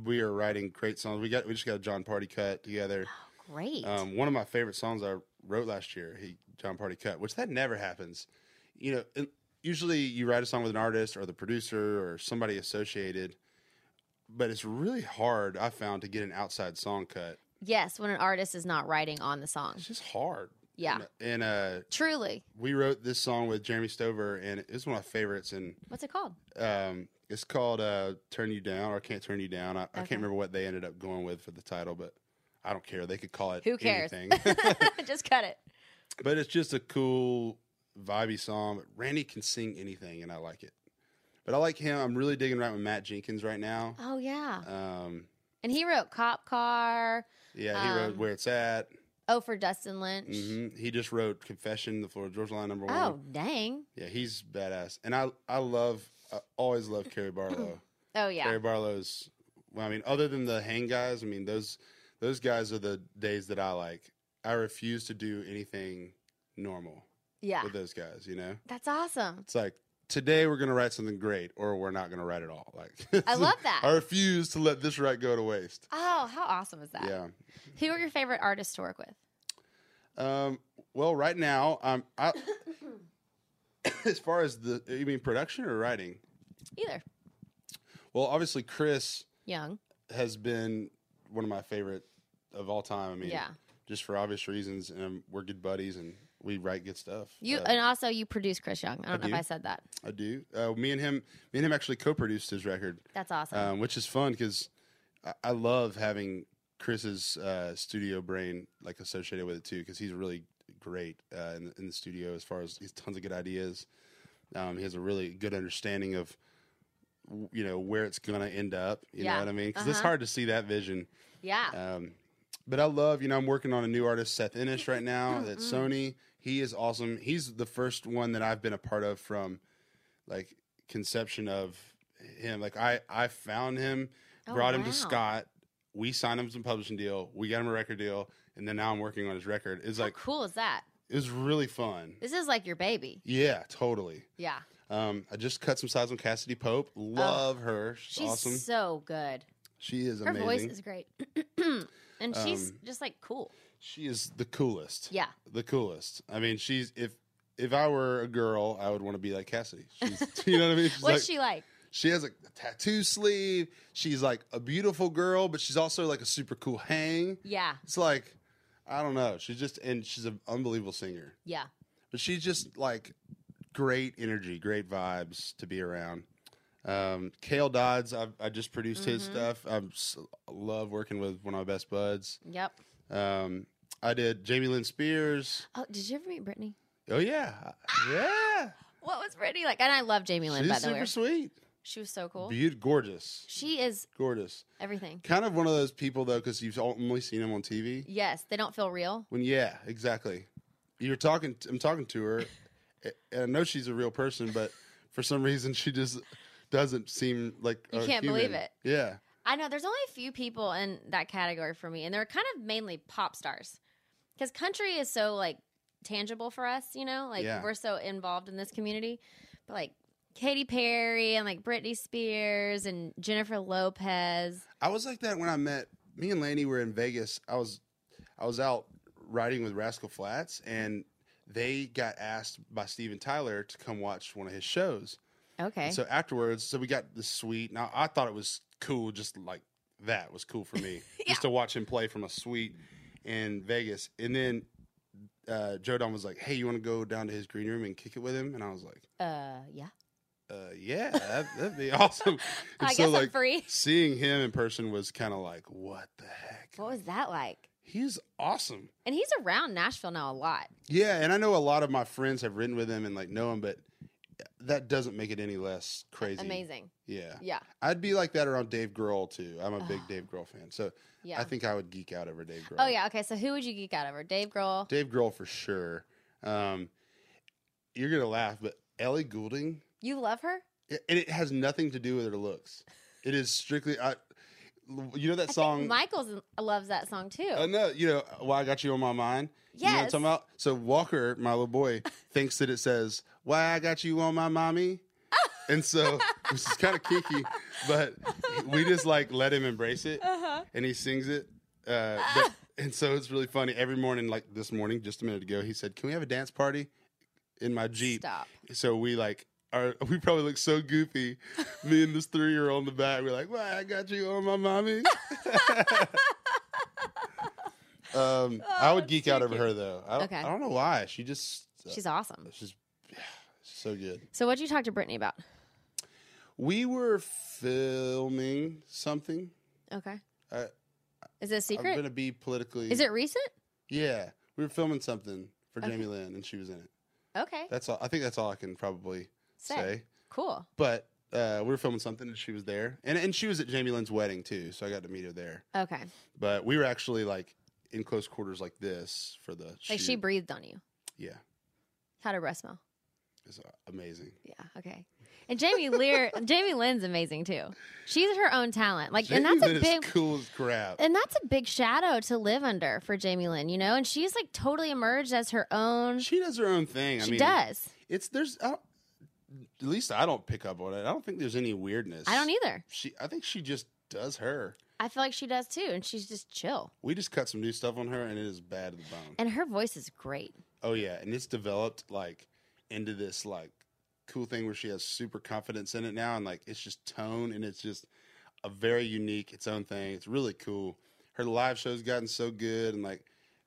S3: we are writing great songs. We got we just got a John Party cut together.
S2: Great.
S3: Um, one of my favorite songs I wrote last year, he John Party cut, which that never happens. You know, and usually you write a song with an artist or the producer or somebody associated, but it's really hard. I found to get an outside song cut.
S2: yes, when an artist is not writing on the song.
S3: It's just hard.
S2: Yeah,
S3: And uh,
S2: truly.
S3: we wrote this song with Jeremy Stover, and it's one of my favorites. And
S2: What's it called?
S3: um, it's called uh, "Turn You Down" or "I Can't Turn You Down." I, I
S2: Okay.
S3: can't remember what they ended up going with for the title, but I don't care. They could call it
S2: Who cares?
S3: anything.
S2: Just cut it.
S3: but it's just a cool, vibey song. But Randy can sing anything, and I like it. But I like him. I'm really digging right with Matt Jenkins right now.
S2: Oh yeah.
S3: Um,
S2: And he wrote Cop Car.
S3: yeah, he wrote
S2: Um,
S3: "Where It's At."
S2: Oh, for Dustin Lynch.
S3: hmm He just wrote "Confession," the Florida Georgia Line number one.
S2: Oh dang.
S3: Yeah, he's badass, and I I love I always love Carrie Barlow.
S2: Oh yeah.
S3: Barry Barlow's. Well, I mean, other than the hang guys, I mean those those guys are the days that I like. I refuse to do anything normal
S2: yeah.
S3: with those guys. You know,
S2: That's awesome.
S3: it's like today we're gonna write something great, or we're not gonna write at all. Like
S2: I love that.
S3: I refuse to let this right go to waste.
S2: Oh, how awesome is that?
S3: Yeah.
S2: Who are your favorite artists to work with?
S3: Um. Well, right now, um, I, as far as the you mean production or writing?
S2: Either.
S3: Well, obviously Chris
S2: Young.
S3: has been one of my favorite of all time. I mean,
S2: Yeah.
S3: just for obvious reasons, and um, we're good buddies, and we write good stuff.
S2: You
S3: Uh,
S2: and also you produce Chris Young. I don't know
S3: do.
S2: if I said that.
S3: I do. Uh, me and him, me and him actually co-produced his record,
S2: That's awesome.
S3: um, which is fun because I, I love having Chris's uh, studio brain like associated with it too, because he's really great uh, in, the, in the studio as far as he has tons of good ideas. Um, he has a really good understanding of w- you know where it's gonna end up. You
S2: Yeah.
S3: know what I mean? Because it's
S2: Uh-huh.
S3: hard to see that vision.
S2: yeah.
S3: Um, but I love, you know, I'm working on a new artist, Seth Innish, right now
S2: Mm-hmm.
S3: at Sony. He is awesome. He's the first one that I've been a part of from like conception of him. Like I, I found him,
S2: Oh,
S3: brought him
S2: wow.
S3: to Scott. We signed him to a publishing deal. We got him a record deal, and then now I'm working on his record. It's like
S2: how cool is that?
S3: it was really fun.
S2: This is like your baby.
S3: Yeah, totally.
S2: Yeah.
S3: Um, I just cut some sides on Cassidy Pope. Love her. She's,
S2: Oh, She's
S3: awesome.
S2: so good.
S3: She is
S2: Her
S3: amazing.
S2: voice is great. and she's
S3: Um,
S2: just like cool.
S3: she is the coolest.
S2: Yeah.
S3: the coolest. I mean, she's if if I were a girl, I would want to be like Cassidy. She's, you know what I mean? She's
S2: What's
S3: like-
S2: she like?
S3: she has a tattoo sleeve. She's like a beautiful girl, but she's also like a super cool hang.
S2: Yeah.
S3: It's like I don't know. She's just and she's an unbelievable singer.
S2: Yeah.
S3: But she's just like great energy, great vibes to be around. Um, Kale Dodds, I, I just produced his
S2: Mhm.
S3: stuff. I love working with one of my best buds.
S2: Yep.
S3: Um, I did Jamie Lynn Spears.
S2: Oh, did you ever meet Brittany?
S3: Oh yeah, yeah.
S2: What was Brittany like? And I love Jamie Lynn,
S3: She's
S2: by the
S3: super
S2: way.
S3: sweet.
S2: She was so cool.
S3: Beaut- gorgeous,
S2: she is
S3: gorgeous.
S2: everything.
S3: Kind of one of those people though, because you've only seen him on TV.
S2: Yes, they don't feel real.
S3: When yeah, exactly. You're talking. I'm talking to her, and I know she's a real person, but for some reason she just doesn't seem like
S2: You
S3: a
S2: can't
S3: human.
S2: believe it.
S3: Yeah,
S2: I know there's only a few people in that category for me, and they're kind of mainly pop stars because country is so like tangible for us, you know, like
S3: Yeah.
S2: we're so involved in this community. But like Katy Perry and like Britney Spears and Jennifer Lopez,
S3: I was like that when I met me and Laney were in Vegas. I was I was out riding with Rascal Flats, and they got asked by Steven Tyler to come watch one of his shows.
S2: okay,
S3: And so afterwards, so we got the suite. Now I thought it was cool, just like that was cool for me, just to watch him play from a suite in Vegas. And then uh, Joe Don was like, "Hey, you want to go down to his green room and kick it with him?" And I was like,
S2: uh, yeah,
S3: uh, "Yeah, that, that'd be awesome."
S2: I
S3: And
S2: guess
S3: so
S2: I'm
S3: like
S2: free.
S3: seeing him in person was kind of like, "What the heck?"
S2: What was that like?
S3: He's awesome.
S2: And he's around Nashville now a lot.
S3: Yeah, and I know a lot of my friends have ridden with him and like know him, but that doesn't make it any less crazy.
S2: Amazing,
S3: Yeah.
S2: yeah,
S3: I'd be like that around Dave Grohl too. I'm a big
S2: Ugh.
S3: Dave Grohl fan, so
S2: yeah.
S3: I think I would geek out over Dave Grohl.
S2: oh yeah, okay. So who would you geek out over? Dave Grohl.
S3: Dave Grohl for sure. Um, you're gonna laugh, but Ellie Goulding,
S2: You love her?
S3: it, and it has nothing to do with her looks. It is strictly, I, you know that
S2: I
S3: song.
S2: think Michael's loves that song too.
S3: Oh no, you know why I got you on my mind. You know what I'm
S2: yes.
S3: talking about? So Walker, my little boy, thinks that it says, Why I got you on my mommy? and so which is kind of kinky, but we just like let him embrace it
S2: Uh-huh.
S3: and he sings it. Uh, but- and so it's really funny. Every morning, like this morning, just a minute ago, he said, Can we have a dance party in my Jeep?
S2: Stop.
S3: So we like are we probably look so goofy. Me and this three year old in the back, we're like, Why I got you on my mommy? Um, I
S2: Oh,
S3: would geek
S2: too
S3: out over
S2: cute.
S3: her though. I,
S2: Okay.
S3: I don't know why. She just uh,
S2: She's awesome.
S3: she's so good.
S2: So what'd you talk to Brittany about?
S3: We were filming something.
S2: Okay.
S3: Uh,
S2: Is it a
S3: I'm
S2: secret?
S3: gonna be politically.
S2: Is it recent?
S3: Yeah, we were filming something for
S2: Okay.
S3: Jamie Lynn, and she was in it.
S2: Okay.
S3: That's all. I think that's all I can probably
S2: Sick.
S3: say.
S2: Cool.
S3: But uh, we were filming something, and she was there, and and she was at Jamie Lynn's wedding too, so I got to meet her there.
S2: Okay.
S3: But we were actually like in close quarters like this for the
S2: Like she
S3: shoot.
S2: breathed on you.
S3: yeah,
S2: How'd her breath smell?
S3: it's amazing.
S2: Yeah. Okay. And Jamie Lear, Jamie Lynn's amazing too. She's her own talent. Like,
S3: Jamie
S2: and that's
S3: Lynn
S2: a
S3: is
S2: big.
S3: cool as crap.
S2: And that's a big shadow to live under for Jamie Lynn, you know? And she's like totally emerged as her own. She,
S3: She does her own thing. I mean,
S2: does.
S3: It's there's I don't, at least I don't pick up on it. I don't think there's any weirdness.
S2: I don't either.
S3: She, I think she just does her.
S2: I feel like she does too. And she's just chill.
S3: We just cut some new stuff on her, and it is bad to the bone.
S2: And her voice is great.
S3: oh yeah, and it's developed like into this like cool thing where she has super confidence in it now, and like it's just tone, and it's just a very unique its own thing. It's really cool. Her live show's gotten so good, and like,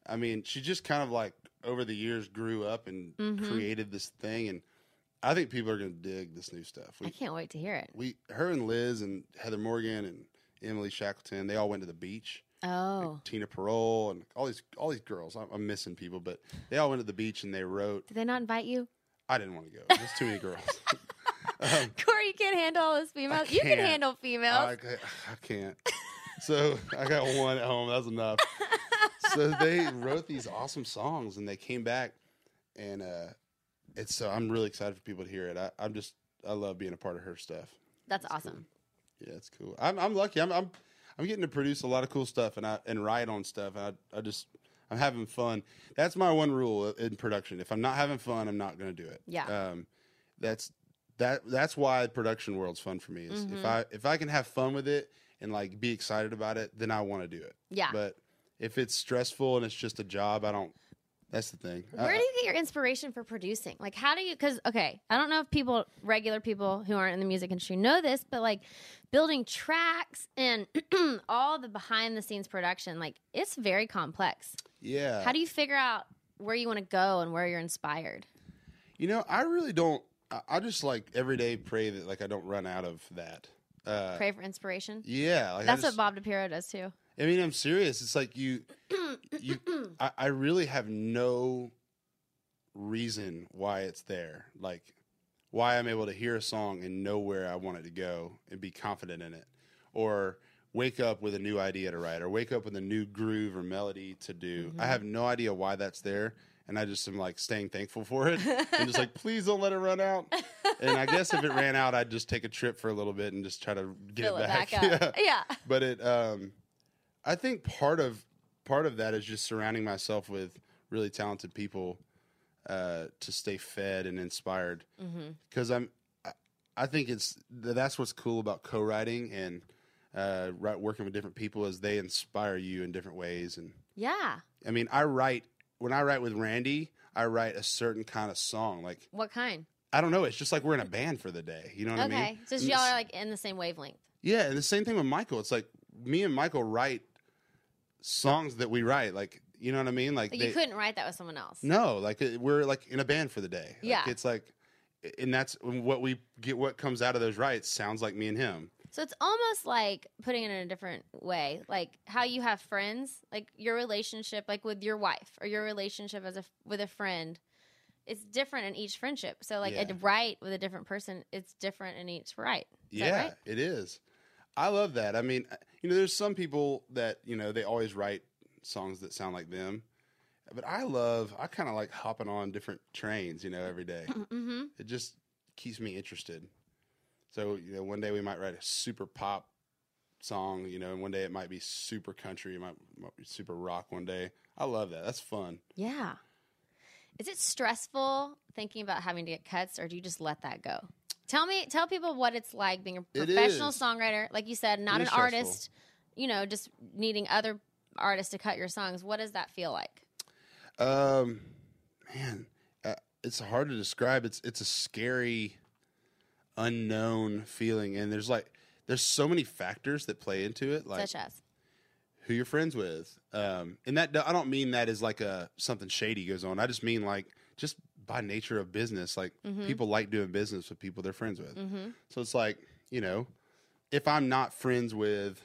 S3: I mean, she just kind of like over the years grew up and
S2: Mhm.
S3: created this thing, and I think people are gonna dig this new stuff.
S2: I
S3: We
S2: can't wait to hear it.
S3: we her and Liz and Heather Morgan and Emily Shackleton, they all went to the beach.
S2: Oh.
S3: Like Tina Parole and all these all these girls. I'm, I'm missing people, but they all went to the beach and they wrote.
S2: Did they not invite you?
S3: I didn't want to go. There's too many girls. um,
S2: Corey, you can't handle all those females. You can
S3: can't.
S2: handle
S3: I,
S2: females.
S3: ca- I can't. So I got one at home. That's enough. So they wrote these awesome songs and they came back, and uh, it's so I'm really excited for people to hear it. I, I'm just I love being a part of her stuff.
S2: That's
S3: cool.
S2: awesome.
S3: Yeah, it's cool. I'm I'm lucky. I'm I'm I'm getting to produce a lot of cool stuff and I and write on stuff. And I I just I'm having fun. That's my one rule in production. If I'm not having fun, I'm not going to do it.
S2: Yeah.
S3: Um, that's that that's why the production world's fun for me. Is
S2: Mhm.
S3: if I if I can have fun with it and like be excited about it, then I want to do it.
S2: Yeah.
S3: But if it's stressful and it's just a job, I don't. That's the thing. I-
S2: Where do you get your inspiration for producing? Like, how do you? Because okay, I don't know if people, regular people who aren't in the music industry, know this, but like building tracks and all the behind the scenes production, like it's very complex.
S3: yeah.
S2: How do you figure out where you want to go and where you're inspired?
S3: You know, I really don't. I, I just like every day pray that like I don't run out of that. Uh,
S2: Pray for inspiration.
S3: yeah, like I
S2: That's
S3: just-
S2: what Bob DePiro does too.
S3: I mean, I'm serious. It's like you, you. I, I really have no reason why it's there. Like why I'm able to hear a song and know where I want it to go and be confident in it, or wake up with a new idea to write, or wake up with a new groove or melody to do.
S2: Mm-hmm.
S3: I have no idea why that's there. And I just am like staying thankful for it and just like, please don't let it run out. And I guess if it ran out, I'd just take a trip for a little bit and just try to get
S2: Fill
S3: it back.
S2: up. Yeah.
S3: but it um i think part of part of that is just surrounding myself with really talented people uh to stay fed and inspired
S2: Mm-hmm.
S3: because i'm I- i think it's th- that's what's cool about co-writing and uh wri- working with different people is they inspire you in different ways and
S2: Yeah.
S3: i mean i write when i write with randy i write a certain kind of song like
S4: What kind?
S3: i don't know it's just like we're in a band for the day you know what
S4: okay.
S3: i mean
S4: So
S3: And
S4: y'all
S3: it's-
S4: are like in the same wavelength.
S3: yeah, and the same thing with Michael. It's like me and Michael write songs that we write. Like, you know what I mean? Like,
S4: Like
S3: they,
S4: you couldn't write that with someone else.
S3: no, like uh, we're like in a band for the day. Like,
S4: Yeah.
S3: it's like, and that's what we get. What comes out of those writes sounds like me and him.
S4: So it's almost like putting it in a different way, like how you have friends, like your relationship, like with your wife or your relationship as a with a friend, it's different in each friendship. So like
S3: Yeah.
S4: a right with a different person, it's different in each right. Is that
S3: yeah,
S4: right?
S3: it is. I love that. I mean, uh, you know, there's some people that you know they always write songs that sound like them, but I love. I kind of like hopping on different trains. You know, every day.
S4: Mm-hmm.
S3: it just keeps me interested. So you know, one day we might write a super pop song, you know, and one day it might be super country, it might, might be super rock. One day, I love that. That's fun.
S4: Yeah. Is it stressful thinking about having to get cuts or do you just let that go? Tell me tell people what it's like being a
S3: It
S4: professional
S3: is.
S4: songwriter, like you said, not
S3: It
S4: an
S3: is stressful.
S4: artist, you know, just needing other artists to cut your songs. What does that feel like?
S3: Um, man, uh, it's hard to describe. It's it's a scary, unknown feeling, and there's like there's so many factors that play into it, like
S4: Such as.
S3: who you're friends with. Um, and that I don't mean that as like a something shady goes on. I just mean like just by nature of business, like
S4: Mm-hmm.
S3: people like doing business with people they're friends
S4: Mm.
S3: with. So it's like you know, if I'm not friends with,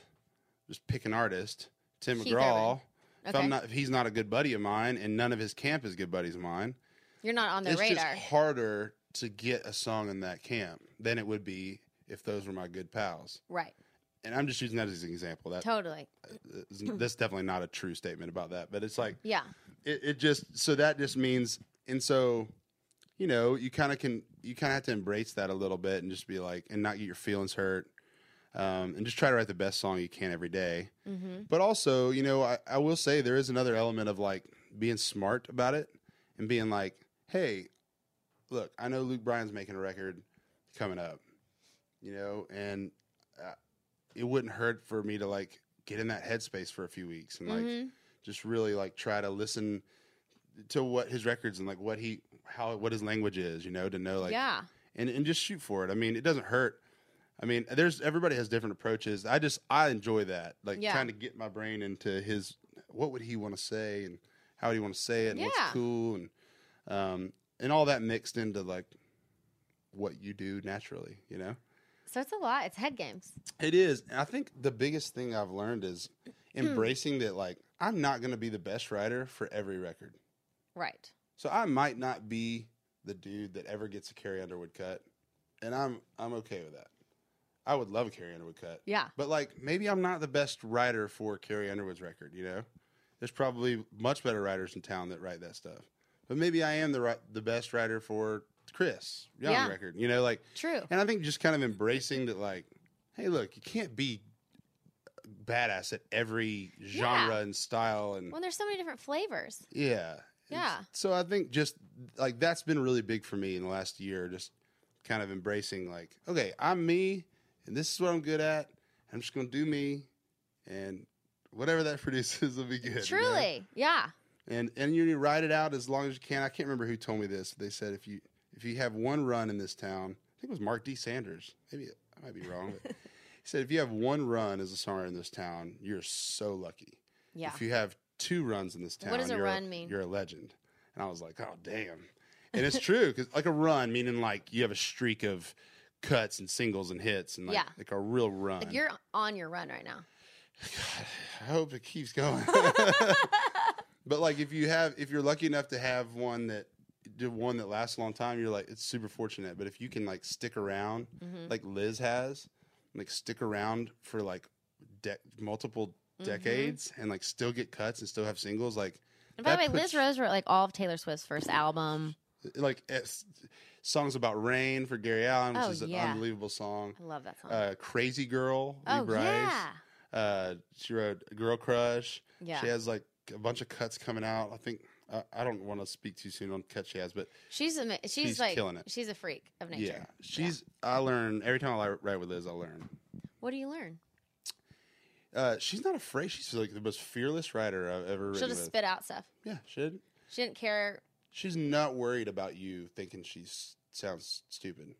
S3: just pick an artist, Tim
S4: Keith
S3: McGraw.
S4: Urban.
S3: If
S4: Okay.
S3: I'm not, if he's not a good buddy of mine, and none of his camp is good buddies of mine,
S4: You're not on their
S3: it's
S4: radar.
S3: just harder to get a song in that camp than it would be if those were my good pals.
S4: Right.
S3: And I'm just using that as an example. That
S4: Totally.
S3: is- that's definitely not a true statement about that, but it's like
S4: Yeah.
S3: it, it just so that just means and so you know you kind of can you kind of have to embrace that a little bit and just be like and not get your feelings hurt um, and just try to write the best song you can every day.
S4: Mm-hmm.
S3: But also, you know, I, I will say there is another element of like being smart about it and being like, hey, look, I know Luke Bryan's making a record coming up, you know, and uh, it wouldn't hurt for me to like get in that headspace for a few weeks and like
S2: Mm-hmm.
S4: Mm-hmm.
S3: just really like try to listen to what his records and like what he how what his language is, you know, to know like
S4: yeah.
S3: and, and just shoot for it. I mean, it doesn't hurt. I mean, there's everybody has different approaches. I just I enjoy that, like
S4: Yeah.
S3: trying to get my brain into his what would he want to say and how would he want to say it and
S4: Yeah.
S3: what's cool and um and all that mixed into like what you do naturally, you know.
S4: So it's a lot. It's head games.
S3: It is. And I think the biggest thing I've learned is
S4: Hmm.
S3: embracing that like I'm not going to be the best writer for every record.
S4: Right.
S3: So I might not be the dude that ever gets a Carrie Underwood cut, and I'm I'm okay with that. I would love a Carrie Underwood cut,
S4: Yeah.
S3: but like maybe I'm not the best writer for Carrie Underwood's record. You know, there's probably much better writers in town that write that stuff. But maybe I am the ri- the best writer for Chris Young
S4: Yeah.
S3: record. You know, like
S4: True.
S3: and I think just kind of embracing that, like, hey, look, you can't be badass at every genre and style and
S4: Well, there's so many different flavors.
S3: yeah.
S4: Yeah.
S3: So I think just like that's been really big for me in the last year, just kind of embracing like, okay, I'm me and this is what I'm good at. I'm just gonna do me and whatever that produces will be good. you know?
S4: Truly. Yeah.
S3: And and you ride it out as long as you can. I can't remember who told me this. They said if you if you have one run in this town, I think it was Mark D. Sanders. Maybe I might be wrong. But he said if you have one run as a songwriter in this town, you're so lucky.
S4: Yeah.
S3: If you have two runs in this town,
S4: What does a
S3: you're
S4: run mean?
S3: You're a legend. And I was like, oh damn. And it's true because like a run meaning like you have a streak of cuts and singles and hits and like
S4: Yeah.
S3: like a real run.
S4: Like you're on your run right now.
S3: I hope it keeps going. but like if you have if you're lucky enough to have one that do one that lasts a long time, you're like, it's super fortunate. But if you can like stick around,
S4: Mm-hmm.
S2: Mhm.
S3: like Liz has, like stick around for like de- multiple
S4: Mm-hmm.
S2: Mhm.
S3: decades and like still get cuts and still have singles, like
S2: And by the way,
S3: that
S2: Liz
S3: puts-
S2: Rose wrote like all of Taylor Swift's first album.
S3: like it's, songs about rain for Gary Allen, which
S2: Oh,
S3: is an
S2: yeah.
S3: unbelievable song.
S2: I love that song.
S3: Uh, Crazy Girl, Lee
S2: oh
S3: Bryce.
S2: yeah,
S3: Uh, she wrote Girl Crush.
S2: yeah.
S3: She has like a bunch of cuts coming out. I think I I don't want to speak too soon on cuts she has, but
S2: she's ama- she's,
S3: she's
S2: like
S3: killing it.
S2: she's a freak of nature.
S3: yeah, she's. I learn every time I li- write with Liz. I learn.
S2: What do you learn?
S3: Uh, she's not afraid. She's like the most fearless writer I've ever
S2: She'll
S3: written
S2: just
S3: with.
S2: spit out stuff.
S3: Yeah, should.
S2: She didn't care,
S3: She's not worried about you thinking she sounds stupid.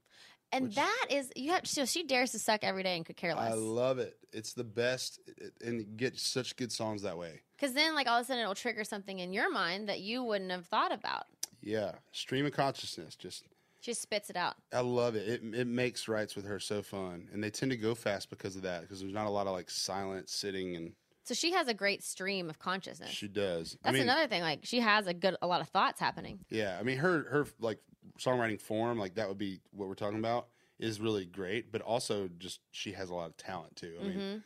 S2: and
S3: Which-
S2: that is you have. So she dares to suck every day and could care
S3: I
S2: less.
S3: love it. It's the best, it- and you get such good songs that way.
S2: Because then, like all of a sudden, it'll trigger something in your mind that you wouldn't have thought about.
S3: Yeah, stream of consciousness. Just
S2: She spits it out.
S3: I love it. It it makes rights with her so fun, and they tend to go fast because of that. Because there's not a lot of like silent sitting, and
S2: So she has a great stream of consciousness.
S3: she does.
S2: That's
S3: I mean,
S2: another thing. Like she has a good, a lot of thoughts happening.
S3: Yeah, I mean her her like songwriting form, like that would be what we're talking about, is really great. But also, just she has a lot of talent too. I mean,
S2: Mhm.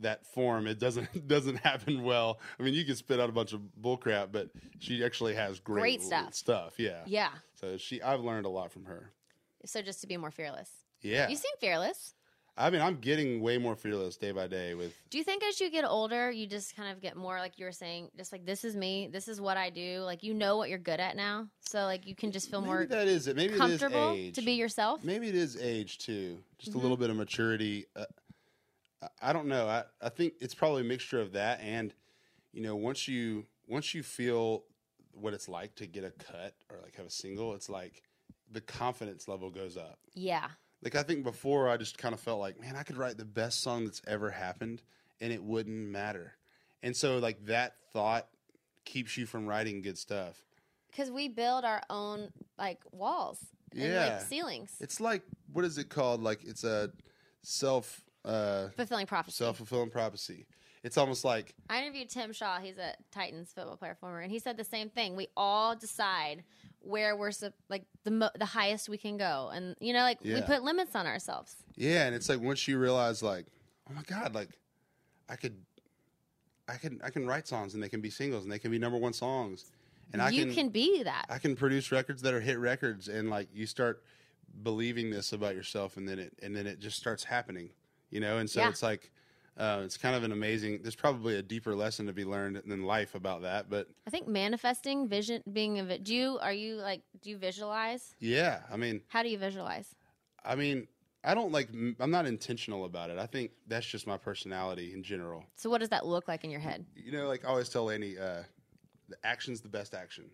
S3: that form it doesn't doesn't happen well. I mean, you can spit out a bunch of bullcrap, but she actually has great,
S2: Great
S3: l-
S2: stuff.
S3: Stuff, yeah.
S2: Yeah.
S3: So she, I've learned a lot from her.
S2: So just to be more fearless.
S3: Yeah,
S2: You seem fearless.
S3: I mean, I'm getting way more fearless day by day with.
S2: Do you think as you get older, you just kind of get more like you were saying, just like this is me, this is what I do. Like you know what you're good at now, so like you can just feel
S3: Maybe
S2: more
S3: that is it. Maybe it is
S2: comfortable
S3: age.
S2: to be yourself.
S3: Maybe it is age too. Just
S2: Mhm.
S3: a little bit of maturity. Uh, I- I don't know. I, I think it's probably a mixture of that and you know once you once you feel what it's like to get a cut or like have a single, it's like the confidence level goes up.
S2: Yeah,
S3: Like I think before I just kind of felt like, man, I could write the best song that's ever happened and it wouldn't matter. And so like that thought keeps you from writing good stuff.
S2: because we build our own like walls and
S3: Yeah.
S2: like ceilings,
S3: It's like what is it called? Like it's a self uh
S2: fulfilling prophecy.
S3: self fulfilling prophecy. It's almost like
S2: I interviewed Tim Shaw. He's a Titans football player former, and he said the same thing. We all decide where we're sup- like the mo- the highest we can go, and you know, like we
S3: Yeah.
S2: put limits on ourselves.
S3: yeah, and it's like once you realize like, oh my god, like I could, I can I can write songs and they can be singles and they can be number one songs, and I
S2: you
S3: can,
S2: can, be that.
S3: I can produce records that are hit records and like you start believing this about yourself and then it and then it just starts happening, you know, and so
S2: Yeah.
S3: it's like. Uh, it's kind of an amazing. There's probably a deeper lesson to be learned in life about that, but
S2: I think manifesting, vision, being a vi- do you are you like do you visualize?
S3: yeah, I mean,
S2: How do you visualize?
S3: I mean, I don't like. m- I'm not intentional about it. I think that's just my personality in general.
S2: So what does that look like in your head?
S3: You know, like I always tell Annie, uh, the action's the best action,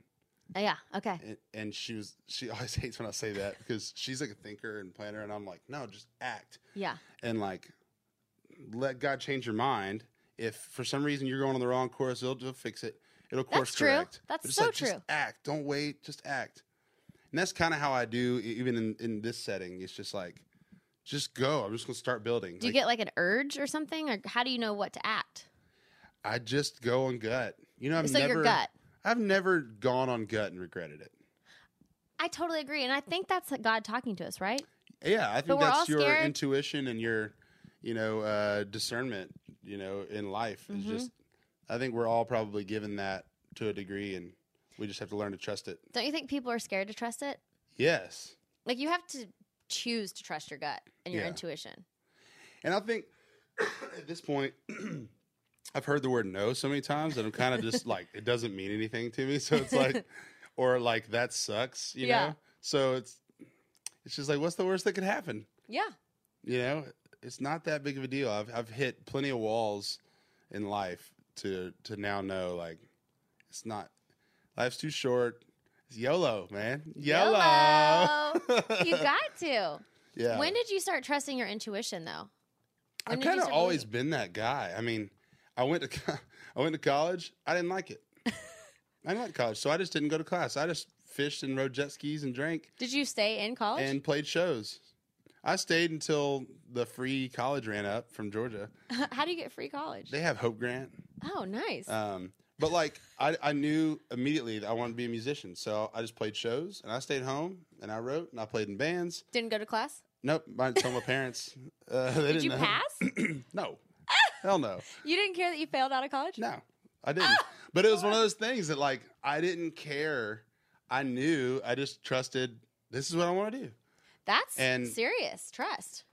S2: Uh, yeah, okay.
S3: and, and she was she always hates when I say that because she's like a thinker and planner, and I'm like, no, just act
S2: Yeah.
S3: and like let God change your mind. If for some reason you're going on the wrong course, it'll, it'll fix it. It'll course
S2: That's true.
S3: correct.
S2: That's
S3: But it's
S2: so
S3: like, Just
S2: true.
S3: act. Don't wait. Just act. And that's kind of how I do, e- even in, in this setting. It's just like, just go. I'm just gonna start building.
S2: Do you
S3: Like,
S2: get like an urge or something or how do you know what to act?
S3: I just go on gut. You know, I've
S2: so
S3: never.
S2: your gut.
S3: I've never gone on gut and regretted it.
S2: I totally agree and I think that's God talking to us, right?
S3: Yeah, I think
S2: we're all
S3: that's your
S2: scared.
S3: intuition and your, you know, uh, discernment. You know, in life is
S2: Mhm.
S3: just. I think we're all probably given that to a degree, and we just have to learn to trust it.
S2: Don't you think people are scared to trust it?
S3: Yes,
S2: Like you have to choose to trust your gut and your
S3: Yeah.
S2: intuition.
S3: and I think at this point. I've heard the word no so many times that I'm kind of just like it doesn't mean anything to me. So it's like, or like that sucks, you
S2: Yeah.
S3: know. So it's it's just like, what's the worst that could happen?
S2: Yeah.
S3: you know it's not that big of a deal i've i've hit plenty of walls in life to to now know like it's not life's too short it's yolo man yolo,
S2: you got to.
S3: yeah
S2: When did you start trusting your intuition though? when
S3: i've
S2: did you
S3: kind of
S2: start
S3: always been that guy i mean i went to co- i went to college i didn't like it i didn't like college so i just didn't go to class i just fished and rode jet skis and drank
S2: Did you stay in college?
S3: and played shows i stayed until the free college ran up from georgia
S2: How do you get free college?
S3: they have hope grant
S2: oh, nice.
S3: Um, But like I, I knew immediately that I wanted to be a musician, so I just played shows and I stayed home and I wrote and I played in bands.
S4: Didn't go to class.
S3: Nope, I didn't tell my parents. Uh,
S2: Did
S3: they didn't
S2: you
S3: know.
S2: pass?
S3: No, hell no.
S2: you didn't care that you failed out of college?
S3: No, I didn't. But it was one of those things that like I didn't care. I knew. I just trusted. This is what I want to do.
S4: That's
S3: And-
S4: serious trust.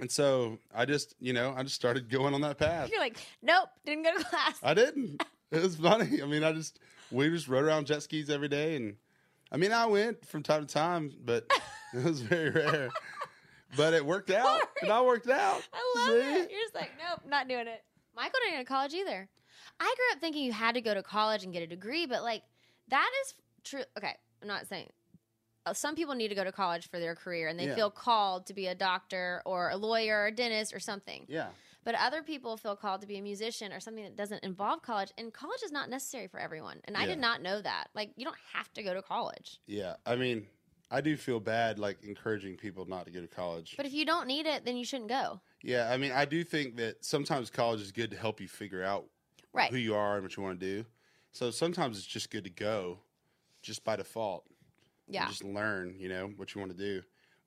S3: And so I just, you know, I just started going on that path.
S2: You're like,
S4: Nope, didn't go to class.
S3: I didn't. It was funny. I mean, I just we just rode around jet skis every day, and I mean, I went from time to time, but it was very rare. But it worked out, and I worked out.
S2: I love it.
S3: See?
S2: You're just like, nope, not doing it.
S4: Michael didn't go to college either. I grew up thinking you had to go to college and get a degree, but like that is true. Okay, I'm not saying uh, some people need to go to college for their career and they
S3: Yeah.
S4: feel called to be a doctor or a lawyer or a dentist or something.
S3: Yeah,
S4: But other people feel called to be a musician or something that doesn't involve college. And college is not necessary for everyone. And I
S3: Yeah.
S4: did not know that. Like, you don't have to go to college.
S3: yeah. I mean, I do feel bad, like encouraging people not to go to college.
S4: But if you don't need it, then you shouldn't go.
S3: yeah, I mean, I do think that sometimes college is good to help you figure out
S4: Right.
S3: who you are and what you want to do. So sometimes it's just good to go, just by default. and
S4: yeah.
S3: just learn, you know, what you want to do.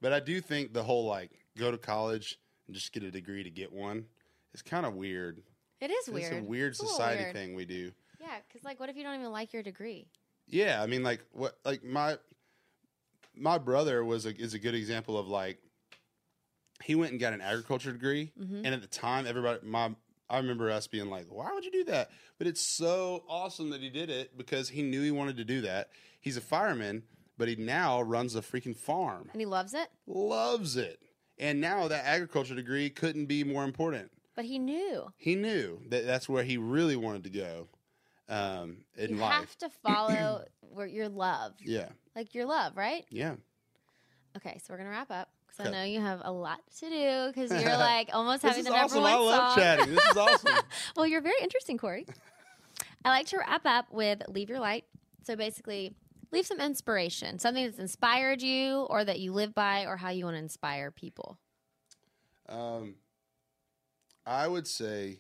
S3: But I do think the whole like go to college and just get a degree to get one is kind of weird.
S4: It is weird.
S3: It's a weird
S4: a little
S3: society
S4: weird.
S3: thing we do.
S4: Yeah. Because, like, what if you don't even like your degree?
S3: Yeah, I mean like what like my my brother was a, is a good example of like he went and got an agriculture degree
S4: Mm-hmm.
S3: and at the time everybody my I remember us being like, "Why would you do that?" But it's so awesome that he did it because he knew he wanted to do that. He's a fireman, but he now runs a freaking farm.
S4: And he loves it.
S3: loves it. And now that agriculture degree couldn't be more important.
S4: But he knew
S3: He knew that that's where he really wanted to go um, in
S4: you
S3: life.
S4: have to follow where your love,
S3: Yeah,
S4: like your love, right?
S3: yeah.
S4: Okay, so we're gonna wrap up because
S3: Okay.
S4: I know you have a lot to do because you're like almost
S3: This
S4: having
S3: is
S4: the number
S3: awesome.
S4: one
S3: I love
S4: song.
S3: chatting. This is awesome.
S4: Well, you're very interesting, Corey. I like to wrap up with leave your light. So basically, leave some inspiration, something that's inspired you, or that you live by, or how you want to inspire people.
S3: Um, I would say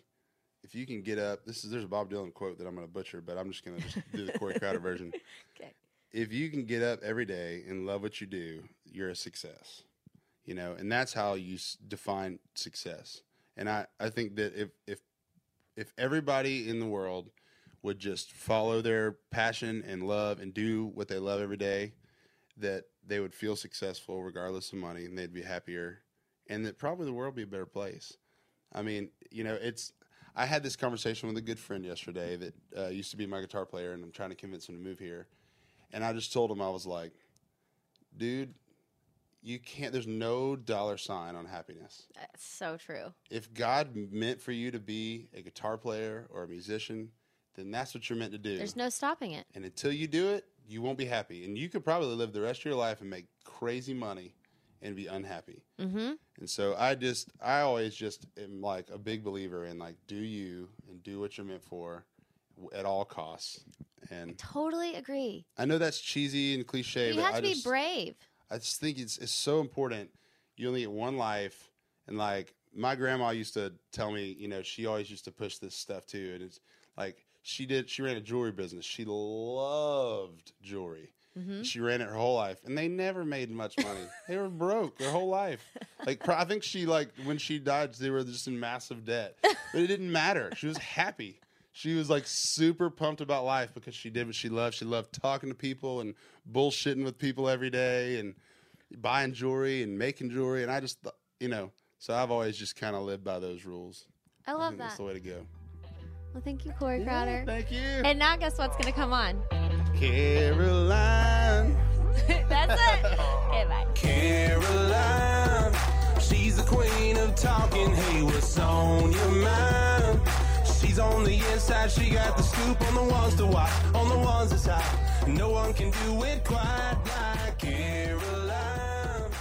S3: if you can get up, this is there's a Bob Dylan quote that I'm going to butcher, but I'm just going to just do the Corey Crowder version.
S4: Okay.
S3: If you can get up every day and love what you do, you're a success. You know, and that's how you s- define success. And I I think that if if if everybody in the world would just follow their passion and love and do what they love every day, that they would feel successful regardless of money and they'd be happier and that probably the world would be a better place. I mean, you know, it's. I had this conversation with a good friend yesterday that uh, used to be my guitar player, and I'm trying to convince him to move here. And I just told him I was like, "Dude, you can't. There's no dollar sign on happiness.
S4: That's so true.
S3: If God meant for you to be a guitar player or a musician, then that's what you're meant to do.
S4: There's no stopping it.
S3: And until you do it, you won't be happy. And you could probably live the rest of your life and make crazy money and be unhappy.
S4: Mm-hmm.
S3: And so I just, I always just am like a big believer in like, do you and do what you're meant for w- at all costs. And
S4: Totally agree.
S3: I know that's cheesy and cliche,
S4: you
S3: but
S4: have to
S3: I,
S4: be
S3: just,
S4: brave.
S3: I just think it's, it's so important. You only get one life. And like, my grandma used to tell me, you know, she always used to push this stuff too. And it's like, she did, she ran a jewelry business. She loved jewelry.
S4: Mm-hmm.
S3: She ran it her whole life, and they never made much money. they were broke their whole life. Like pro- I think she like when she died, they were just in massive debt, but it didn't matter. She was happy. She was like super pumped about life because she did what she loved. She loved talking to people and bullshitting with people every day, and buying jewelry and making jewelry. And I just, th- you know, so I've always just kind of lived by those rules.
S4: I
S3: I
S4: love
S3: think that's
S4: that.
S3: the way to go.
S4: Well, thank you, Corey Crowder.
S3: Thank you,
S4: And now guess what's going to come on?
S3: Caroline.
S4: That's it. Okay, bye.
S1: Caroline. She's the queen of talking. Hey, what's on your mind? She's on the inside. She got the scoop on the ones to watch, on the ones that's hot. No one can do it quite like Caroline.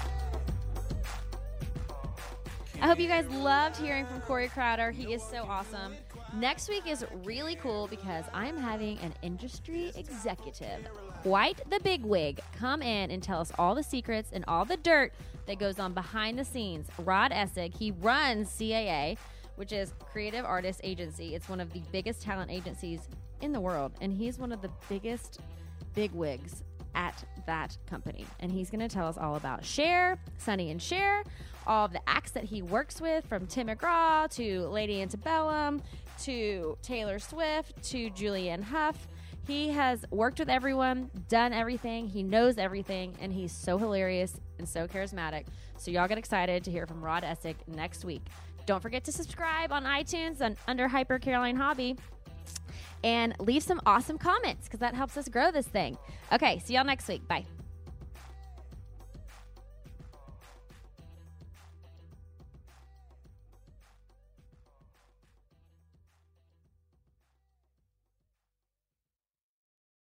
S2: I hope you guys loved hearing from Corey Crowder. He is so awesome. Next week is really cool because I'm having an industry executive, quite the big wig, come in and tell us all the secrets and all the dirt that goes on behind the scenes. Rod Essig, he runs CAA, which is Creative Artist Agency. It's one of the biggest talent agencies in the world, and he's one of the biggest bigwigs at that company. And he's going to tell us all about Share, Sonny and Share, all of the acts that he works with, from Tim McGraw to Lady Antebellum to Taylor Swift to Julianne Hough. He has worked with everyone, done everything, he knows everything, and he's so hilarious and so charismatic. So y'all get excited to hear from Rod Essick next week. Don't forget to subscribe on iTunes and under Hyper Caroline Hobby and leave some awesome comments because that helps us grow this thing. Okay, see y'all next week. Bye.